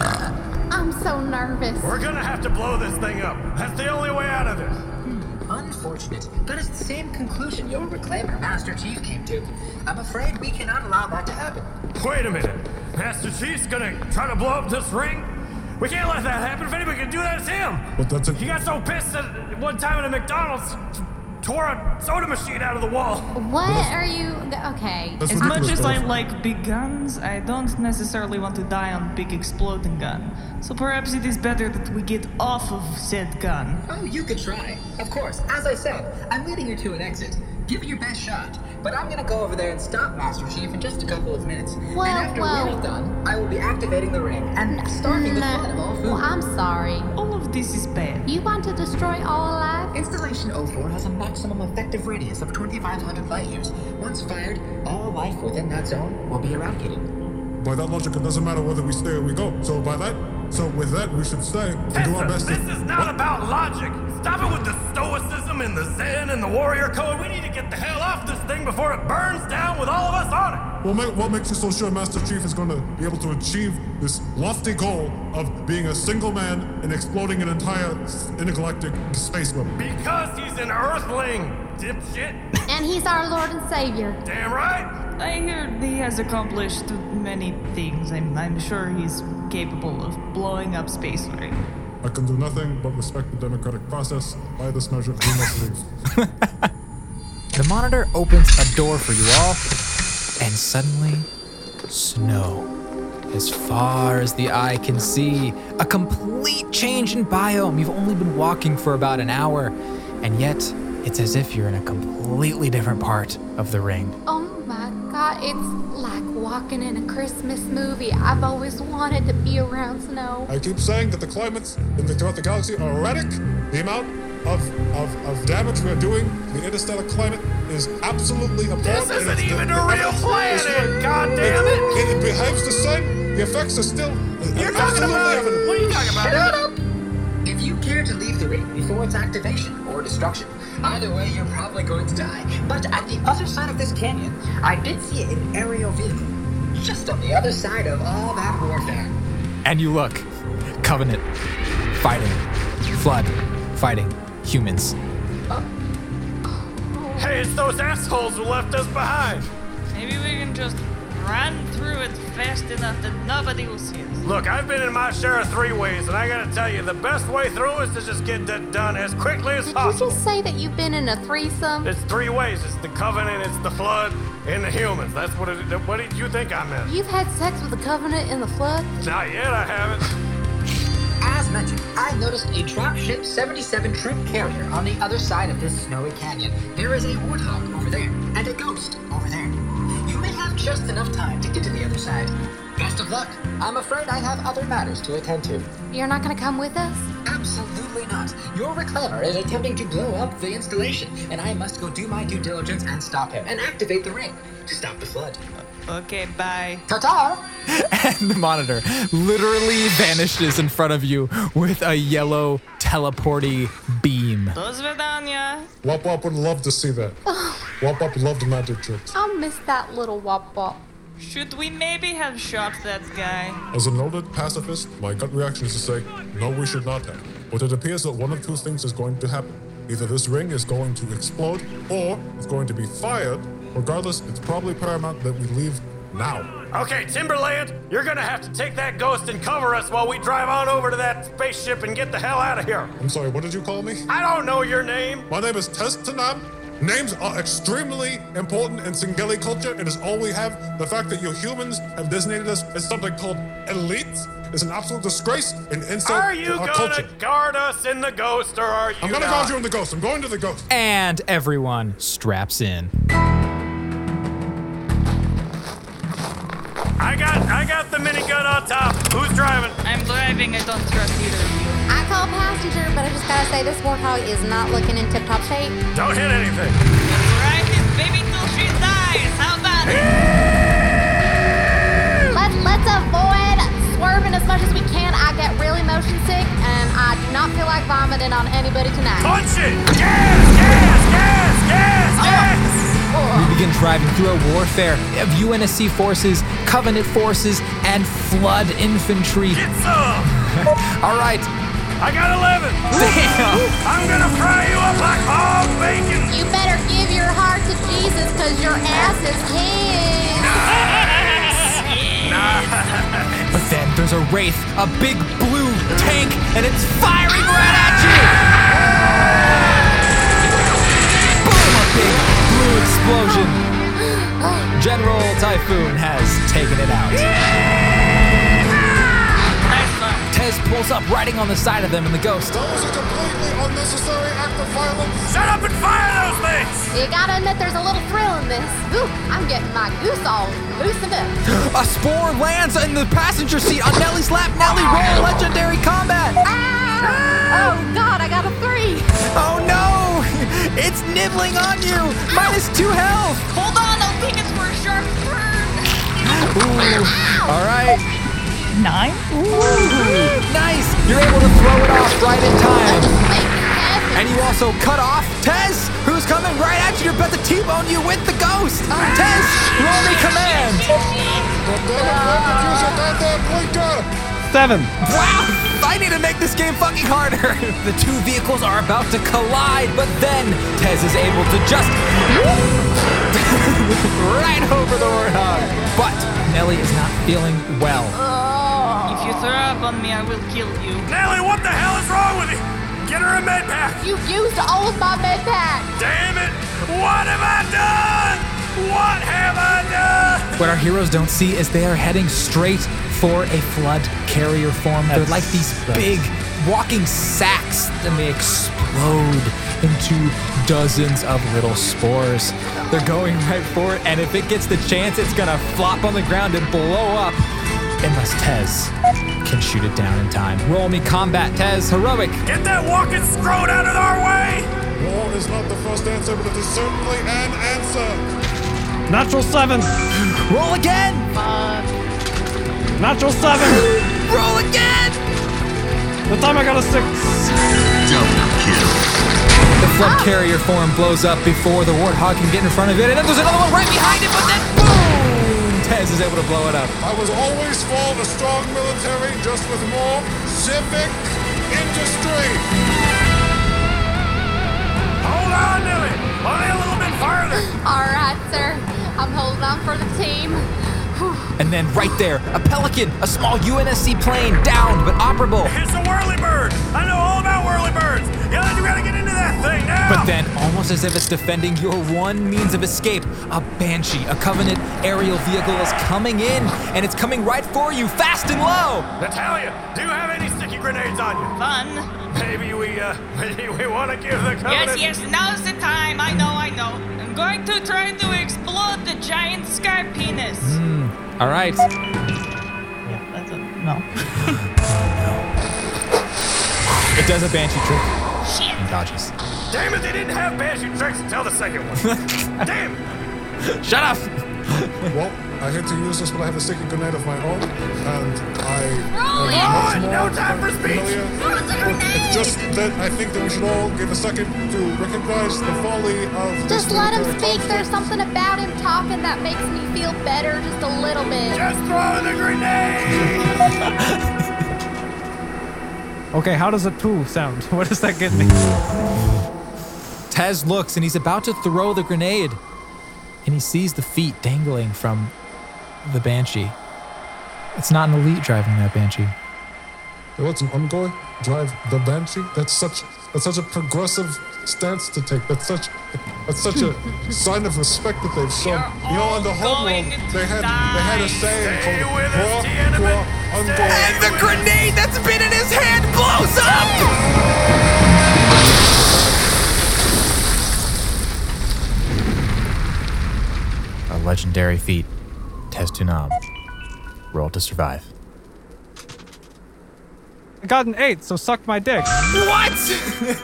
I'm so nervous. We're gonna have to blow this thing up. That's the only way out of this. Hmm, Unfortunate, but it's the same conclusion your Reclaimer Master Chief came to. I'm afraid we cannot allow that to happen. Wait a minute. Master Chief's gonna try to blow up this ring? We can't let that happen. If anybody can do that, it's him. But that's a He got so pissed that one time at a McDonald's, t- tore a soda machine out of the wall. What are you? Okay. That's as ridiculous, much as I though. like big guns, I don't necessarily want to die on big exploding gun. So perhaps it is better that we get off of said gun. Oh, you could try. Of course, as I said, I'm leading you to an exit. Give it your best shot. But I'm gonna go over there and stop Master Chief in just a couple of minutes. Whoa, and after whoa. we're done, I will be activating the ring and starting the flood of all food. Well, I'm sorry. All of this is bad. You want to destroy all life? Installation 04 has a maximum effective radius of 2,500 light years. Once fired, all life within that zone will be eradicated. By that logic, it doesn't matter whether we stay or we go. So by that, so with that, we should stay and do our best. This to- is not about logic. Stop it with the stoicism and the zen and the warrior code. We need to get the hell off this thing before it burns down with all of us on it. What, ma- what makes you so sure Master Chief is going to be able to achieve this lofty goal of being a single man and exploding an entire s- intergalactic space weapon? Because he's an Earthling, dipshit. And he's our Lord and Savior. Damn right! I hear he has accomplished many things. I'm, I'm sure he's capable of blowing up space ring. I can do nothing but respect the democratic process. By this measure, we must leave. The monitor opens a door for you all, and suddenly, snow. As far as the eye can see, a complete change in biome. You've only been walking for about an hour, and yet it's as if you're in a completely different part of the ring. Oh my god, it's like walking in a Christmas movie. I've always wanted to be around snow. I keep saying that the climates in the, throughout the galaxy are erratic. The amount of, of, of damage we're doing to the interstellar climate is absolutely abhorrent. This and isn't it's- even the- a the real evidence planet, is right. God damn it! It behaves the same. The effects are still You're talking absolutely about- evident. what are you talking about? Shut up! If you care to leave the ring before its activation or destruction, either way, you're probably going to die. But at the other side of this canyon, I did see an aerial vehicle. Just on the other side of all that warfare. And you look Covenant, fighting, Flood, fighting, humans. Hey, it's those assholes who left us behind! Maybe we can just run through it fast enough that nobody will see us. Look, I've been in my share of three ways, and I gotta tell you, the best way through is to just get that done as quickly as Did you possible. just say that you've been in a threesome? It's three ways. It's the Covenant, it's the Flood, and the humans. That's what it What did you think I meant? You've had sex with the Covenant in the flood? Not yet, I haven't. As mentioned, I noticed a dropship 77 troop carrier on the other side of this snowy canyon. There is a warthog over there, and a ghost over there. You may have just enough time to get to the other side. Best of luck. I'm afraid I have other matters to attend to. You're not gonna come with us? Absolutely not. arms. Your reclaimer is attempting to blow up the installation, and I must go do my due diligence and stop him and activate the ring to stop the flood. Okay, bye. Ta-ta! and the monitor literally vanishes in front of you with a yellow teleporty beam. Those Vedanya. Wop Wop would love to see that. Wop Wop loved magic tricks. I'll miss that little wop wop. Should we maybe have shot that guy? As a noted pacifist, my gut reaction is to say, no, we should not have. But it appears that one of two things is going to happen. Either this ring is going to explode, or it's going to be fired. Regardless, it's probably paramount that we leave now. Okay, Timberland, you're gonna have to take that ghost and cover us while we drive on over to that spaceship and get the hell out of here. I'm sorry, what did you call me? I don't know your name. My name is Testanam. Names are extremely important in Singeli culture. It is all we have. The fact that you humans have designated us as something called elites is an absolute disgrace and insult Are you to our gonna culture. guard us in the ghost or are you I'm gonna not? guard you in the ghost. I'm going to the ghost. And everyone straps in. I got I got the minigun on top. Who's driving? I'm driving. I don't trust either of you. I call passenger, but I just gotta say this warthog is not looking in tip-top shape. Don't hit anything. Maybe till she dies. How about Let, let's avoid swerving as much as we can. I get really motion sick, and I do not feel like vomiting on anybody tonight. Punch it! Oh. We begin driving through a warfare of UNSC forces, Covenant forces, and Flood infantry. All right. I got 11. I'm gonna fry you up like hog bacon. You better give your heart to Jesus, cause your ass is his. But then there's a wraith, a big blue tank, and it's firing right at you! Boom! A big blue explosion. General Typhoon has taken it out. Oh. Tez pulls up, riding on the side of them, and the ghost. Completely unnecessary act of violence. Shut up and fire those things! You gotta admit there's a little thrill in this. Ooh, I'm getting my goose all loosened up. A spore lands in the passenger seat on Nelly's lap. Nelly, roll legendary combat. Oh Ah! god, I got a three. Oh no! It's nibbling on you. Minus two health. Hold on, I'll take it for a sharp turn. All right. Nine. Nice. You're able to throw it off right in time. And you also cut off Tez, who's coming right at you. You're about to T-bone you with the ghost. Tez, roll me command. Seven. Wow! I need to make this game fucking harder. The two vehicles are about to collide, but then Tez is able to just right over the warthog. But Nelly is not feeling well. If you throw up on me, I will kill you. Nelly, what the hell is wrong with you? Get her a med pack. You used all of my med pack. Damn it! What have I done? What have I done? What our heroes don't see is they are heading straight for a flood carrier form. They're like these big walking sacks, and they explode into dozens of little spores. They're going right for it, and if it gets the chance, it's gonna flop on the ground and blow up. Unless Tez can shoot it down in time. Roll me combat, Tez. Heroic. Get that walking scrote out of our way! War is not the first answer, but it is certainly an answer. Natural seven. Roll again. Natural seven. Roll again. The time I got a six. The flood carrier form blows up before the warthog can get in front of it, and then there's another one right behind it, but then boom! Tez is able to blow it up. I was always for the strong military, just with more civic industry. Hold on, Nelly. Only a little bit farther. All right, sir. I'm holding on for the team. And then right there, a pelican, a small UNSC plane, downed but operable. It's a whirlybird. I know all about whirlybirds. Nelly, you gotta get into that thing now. But then, almost as if it's defending your one means of escape, a Banshee, a Covenant aerial vehicle is coming in, and it's coming right for you, fast and low! Natalia, do you have any sticky grenades on you? Fun. Maybe we uh, maybe we want to give the Yes, covenant. yes, now's the time. I know, I know. I'm going to try to explode the giant sky penis. Hmm. Hmm, All right. Yeah, that's a no. It does a banshee trick. And dodges. Damn it, they didn't have bashing tricks until the second one. Damn! Shut up! well, I hate to use this, but I have a secret grenade of my own, and I. Roll am it! much No more time for speech! familiar- Roll the It's just that I think that we should all give a second to recognize the folly of. Just let him speak. There's something about him talking that makes me feel better just a little bit. Just throw the grenade! Okay, how does a two sound? What does that get me? Tez looks and he's about to throw the grenade. And he sees the feet dangling from the Banshee. It's not an elite driving that Banshee. What's an Umgoy? Drive the Banshee? That's such that's such a progressive stance to take. That's such that's such a sign of respect that they've shown. you know, in the home world, they had they had a saying called "Kwa Kwa Umgoy." And the grenade that's been in his hand blows up! A legendary feat. Test to knob. Roll to survive. I got an eight, so suck my dick. What?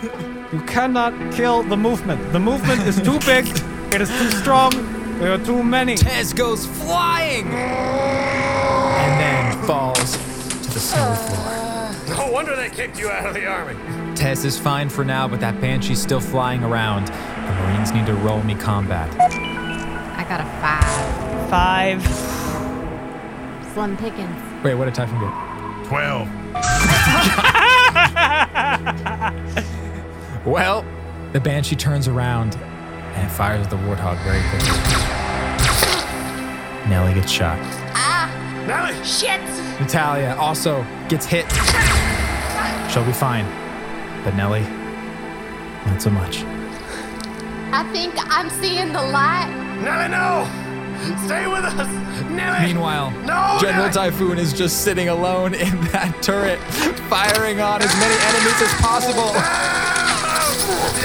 You cannot kill the movement. The movement is too big. It is too strong. There are too many. Tez goes flying. And then falls to the snow floor. No wonder they kicked you out of the army. Tez is fine for now, but that banshee's still flying around. The Marines need to roll me combat. I got a five. Five. Slim pickings. Wait, what did Typhon get? 12. Well, the Banshee turns around and it fires the Warthog very quickly. Nelly gets shot. Ah! Nelly! Shit! Natalia also gets hit. She'll be fine. But Nelly, not so much. I think I'm seeing the light. Nelly, no! Stay with us! Nelly! Meanwhile, No, General Nelly! Typhoon is just sitting alone in that turret, firing on as many enemies as possible.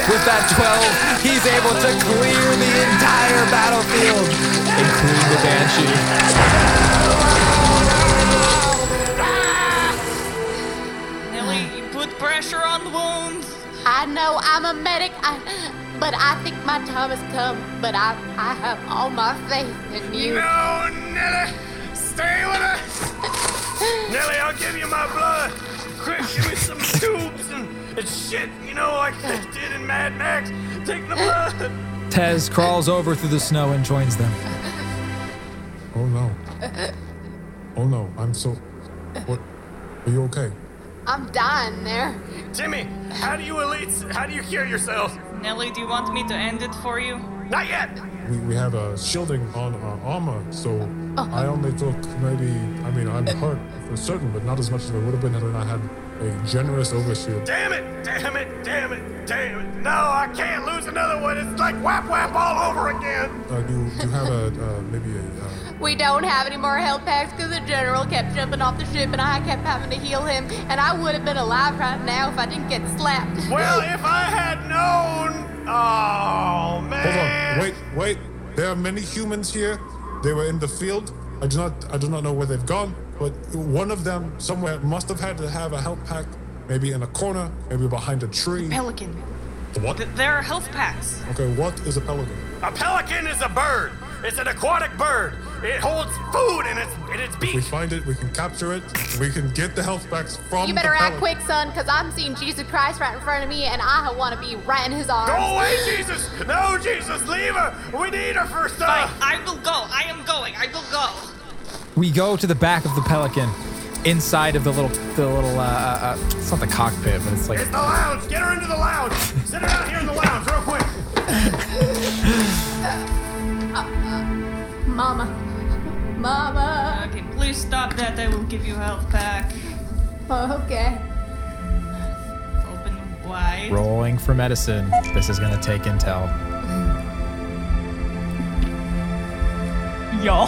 With that 12, he's able to clear the entire battlefield, including the Banshee. Nelly, you put pressure on the wounds. I know I'm a medic, I, but I think my time has come. But I, I have all my faith in you. No, Nelly! Stay with us! Nelly, I'll give you my blood! Quick, give me some tubes and, and shit, you know, like they did in Mad Max! Take the blood! Tez crawls over through the snow and joins them. Oh no! Oh no! I'm so. What? Are you okay? I'm dying there. Jimmy, how do you elites, how do you cure yourself? Nelly, do you want me to end it for you? Not yet! We, we had a shielding on our armor, so I only took maybe. I mean, I'm hurt for certain, but not as much as I would have been had I not had a generous overshield. Damn it! Damn it! Damn it! Damn it! No, I can't lose another one. It's like whap whap all over again. Uh, do you have a uh, maybe a uh, We don't have any more health packs because the general kept jumping off the ship and I kept having to heal him. And I would have been alive right now if I didn't get slapped. Well, if I had known. Oh Hold man! on. Wait, wait. There are many humans here. They were in the field. I do not I do not know where they've gone, but one of them somewhere must have had to have a health pack, maybe in a corner, maybe behind a tree. Pelican. What? There are health packs. Okay, what is a pelican? A pelican is a bird. It's an aquatic bird. It holds food in its in its If beak. we find it, we can capture it. We can get the health packs from You better the act pelican. quick, son, because I'm seeing Jesus Christ right in front of me and I want to be right in his arms. Go away, Jesus! No, Jesus, leave her. We need her for stuff. I will go. I am going. I will go. We go to the back of the Pelican, inside of the little, the little, uh, uh, uh, it's not the cockpit, but it's like It's the lounge. Get her into the lounge. Sit her out here in the lounge, real quick. Uh, Mama. Mama. Uh, Okay, please stop that. I will give you health pack. Okay. Open wide. Rolling for medicine. This is gonna take intel. Y'all.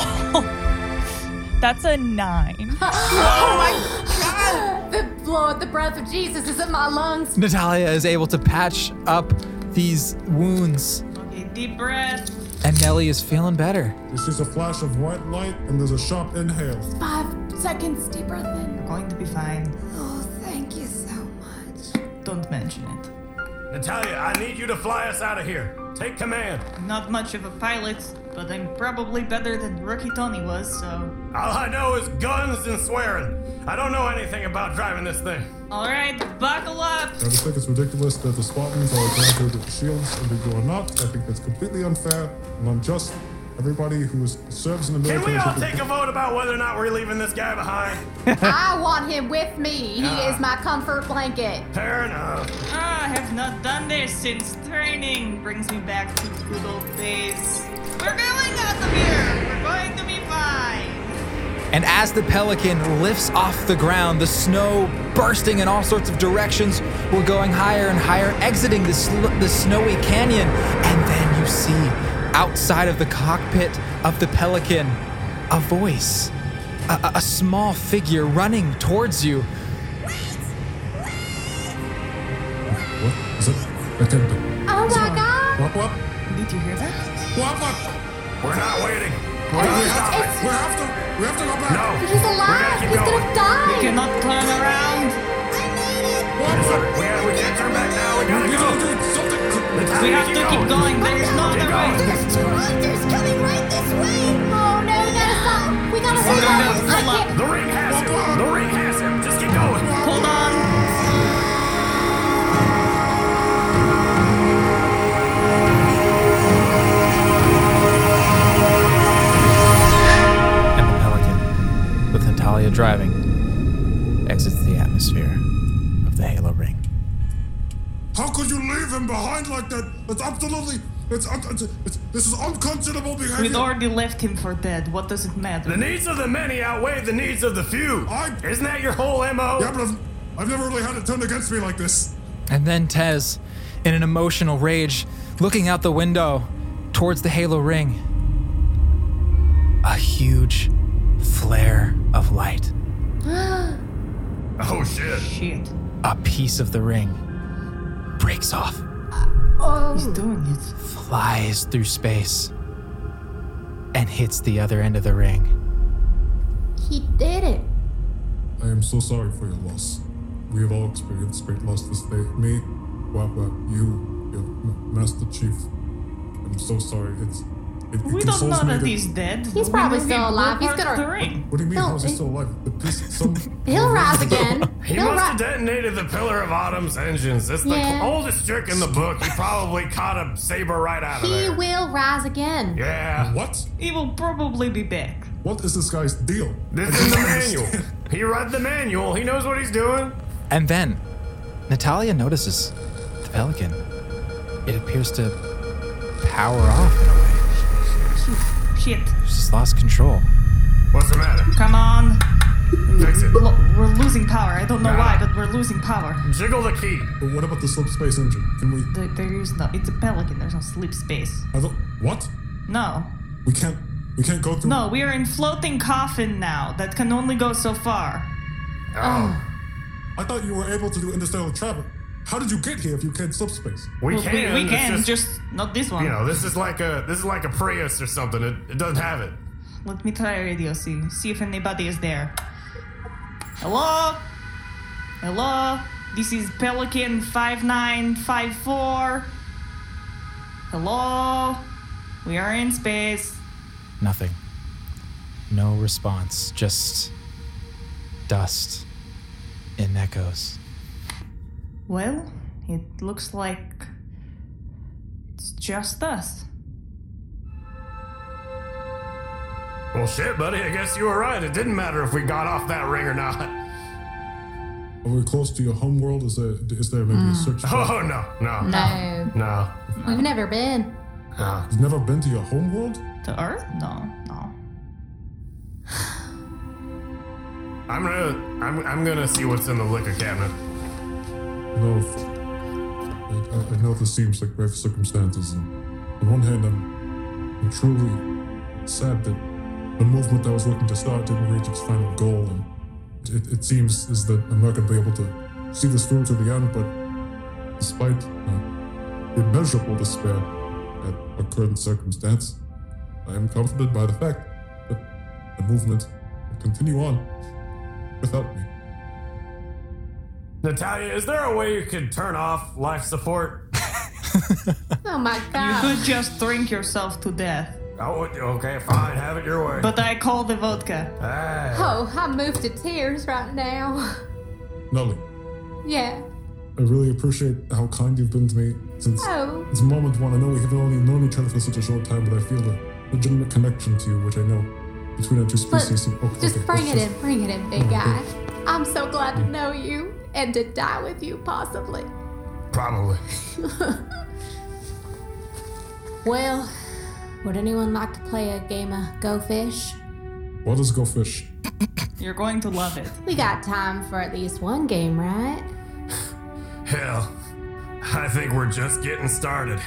That's a nine. Oh my Ah! God! The Lord, the breath of Jesus is in my lungs. Natalia is able to patch up these wounds, Okay, deep breath. and Nelly is feeling better. This is a flash of white light and there's a sharp inhale. Five seconds, deep breath in. You're going to be fine. Oh, thank you so much. Don't mention it. Natalia, I need you to fly us out of here. Take command. Not much of a pilot, but I'm probably better than Rookie Tony was, so. All I know is guns and swearing. I don't know anything about driving this thing. Alright, buckle up! I just think it's ridiculous that the Spartans are granted shields and they are not. I think that's completely unfair and unjust. Everybody who is, serves in the Can military. we all should be- take a vote about whether or not we're leaving this guy behind? I want him with me. He Ah. is my comfort blanket. Fair enough. Ah, I have not done this since training. Brings me back to the good old days. We're going out of here! We're going to be fine! And as the pelican lifts off the ground, the snow bursting in all sorts of directions, we're going higher and higher, exiting the, sl- the snowy canyon. And then you see, outside of the cockpit of the pelican, a voice, a, a- a small figure running towards you. What is it? I can't do it. Oh my god! What, what? Did you hear that? What, what? We're not waiting. We're we have to. We have to. We have to go back. No. He's alive! He's gonna die! You cannot turn around! We, have, we can't turn back now. We gotta go. Natalia, We have to keep going. There is no Keep other going. way! There's two hunters coming right this way. Oh no, we gotta stop! We gotta Slow stop! down. I Slow down. can't- The ring has him. The ring has him. Just keep going. Hold on! and the Pelican, with Natalia driving, exits the atmosphere of the Halo Ring. How could you leave him behind like that? That's absolutely. It's, un- it's, it's this is unconscionable behavior. We'd already left him for dead. What does it matter? The needs of the many outweigh the needs of the few. I- Isn't that your whole MO? Yeah, but I've, I've never really had it turned against me like this. And then Tez, in an emotional rage, looking out the window towards the Halo ring. A huge flare of light. Oh shit. Shit. A piece of the ring breaks off, Oh. He's doing it. flies through space, and hits the other end of the ring. He did it. I am so sorry for your loss. We have all experienced great loss this day. Me, Wapa, you, your M- Master Chief. I'm so sorry. It's it, it We don't consoles know me that he's dead. He's We probably know still he alive. blew He's part of gonna- the ring. What do you mean? No, How's he it- still alive? The piece, some. He'll rise again. He He'll must rise. have detonated the Pillar of Autumn's engines. It's the Yeah. oldest trick in the book. He probably caught a saber right out of He there. will rise again. Yeah. What? He will probably be back. What is this guy's deal? This I is the don't manual. understand. He read the manual. He knows what he's doing. And then, Natalia notices the Pelican. It appears to power off in a way. Shit. She's lost control. What's the matter? Come on. Fix it. Lo- we're losing power. I don't know why, but we're losing power. Jiggle the key. But what about the slip space engine? Can we? There, there is no. It's a pelican. There's no sleep space. I don't. What? No. We can't. We can't go through. No, we are in floating coffin now. That can only go so far. Oh, I thought you were able to do interstellar travel. How did you get here if you can't slip space? we Well, can. We, it's can, just, not this one. you know, this is like a this is like a Prius or something. It, it doesn't have it. Let me try radio. See, see if anybody is there. Hello. Hello. This is Pelican five nine five four. Hello. We are in space. Nothing. No response. Just dust and echoes. Well, it looks like it's just us. Well, shit, buddy. I guess you were right. It didn't matter if we got off that ring or not. Are we close to your home world? Is there is there maybe Mm. a search? for- Oh no, no, No. no. We've never been. no. You've never been to your home world? To Earth? No, no. I'm gonna I'm I'm gonna see what's in the liquor cabinet. No. if- I, I- I know this seems like grave circumstances. And on one hand, I'm, I'm truly sad that the movement I was looking to start didn't reach its final goal, and it, it seems as that I'm not going to be able to see this through to the end. But despite uh, the immeasurable despair at our current circumstance, I am comforted by the fact that the movement will continue on without me. Natalia, is there a way you could turn off life support? Oh my You god. could just drink yourself to death. Oh, okay, fine. Have it your way. But I call the vodka. Ah. Oh, I moved to tears right now. Nelly, Yeah. I really appreciate how kind you've been to me since Oh. it's moment one. I know we have only known each other for such a short time, but I feel a legitimate connection to you, which I know between our two species. of okay, Just okay, bring let's it in, bring it in, big guy. I'm so glad to Mm. know you and to die with you, possibly. Probably. well, would anyone like to play a game of Go Fish? What is go fish? You're going to love it. We got time for at least one game, right? Hell, I think we're just getting started.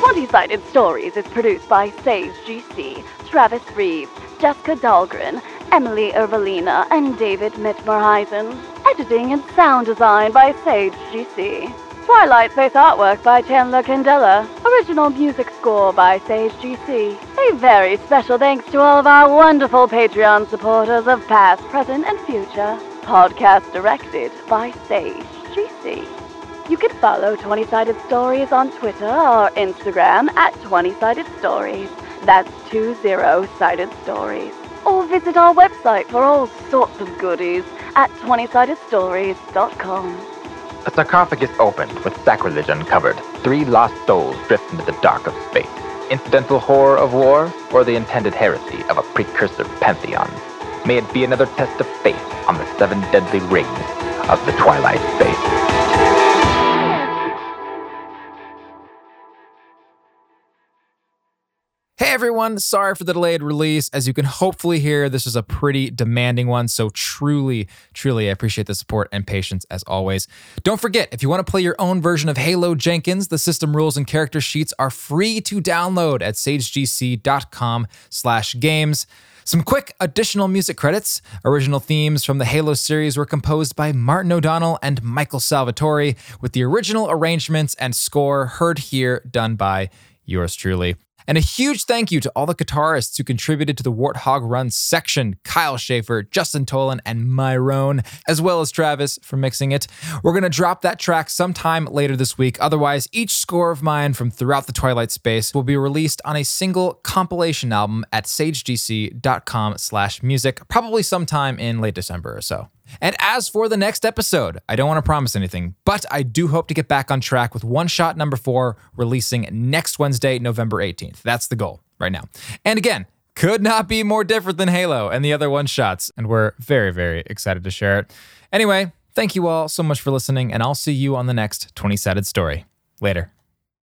Twenty Sided Stories is produced by Sage GC, Travis Reeves, Jessica Dahlgren, Emily Ervelina, and David Mitmerheisen. Editing and sound design by Sage GC. Twilight Face artwork by Chandler Candela. Original music score by Sage GC. A very special thanks to all of our wonderful Patreon supporters of past, present, and future. Podcast directed by Sage GC. You can follow 20 Sided Stories on Twitter or Instagram at 20 Sided Stories. That's 20 Sided Stories. Or visit our website for all sorts of goodies at 20sidedstories.com. A sarcophagus opened, with sacrilege uncovered. Three lost souls drift into the dark of space. Incidental horror of war, or the intended heresy of a precursor pantheon. May it be another test of faith on the seven deadly rings of the Twilight Faith. Hey everyone, sorry for the delayed release. As you can hopefully hear, this is a pretty demanding one. So, truly, truly, I appreciate the support and patience as always. Don't forget, if you want to play your own version of Halo Jenkins, the system rules and character sheets are free to download at sagegc.com slash games. Some quick additional music credits. Original themes from the Halo series were composed by Martin O'Donnell and Michael Salvatore, with the original arrangements and score heard here done by yours truly. And a huge thank you to all the guitarists who contributed to the Warthog Run section Kyle Schaefer, Justin Tolan, and Myrone, as well as Travis for mixing it. We're going to drop that track sometime later this week. Otherwise, each score of mine from throughout the Twilight space will be released on a single compilation album at sagegc.com slash music, probably sometime in late December or so. And as for the next episode, I don't want to promise anything, but I do hope to get back on track with one shot number four releasing next Wednesday, November 18th. That's the goal right now. And again, could not be more different than Halo and the other one shots, and we're very, very excited to share it. Anyway, thank you all so much for listening, and I'll see you on the next 20 sided story. Later.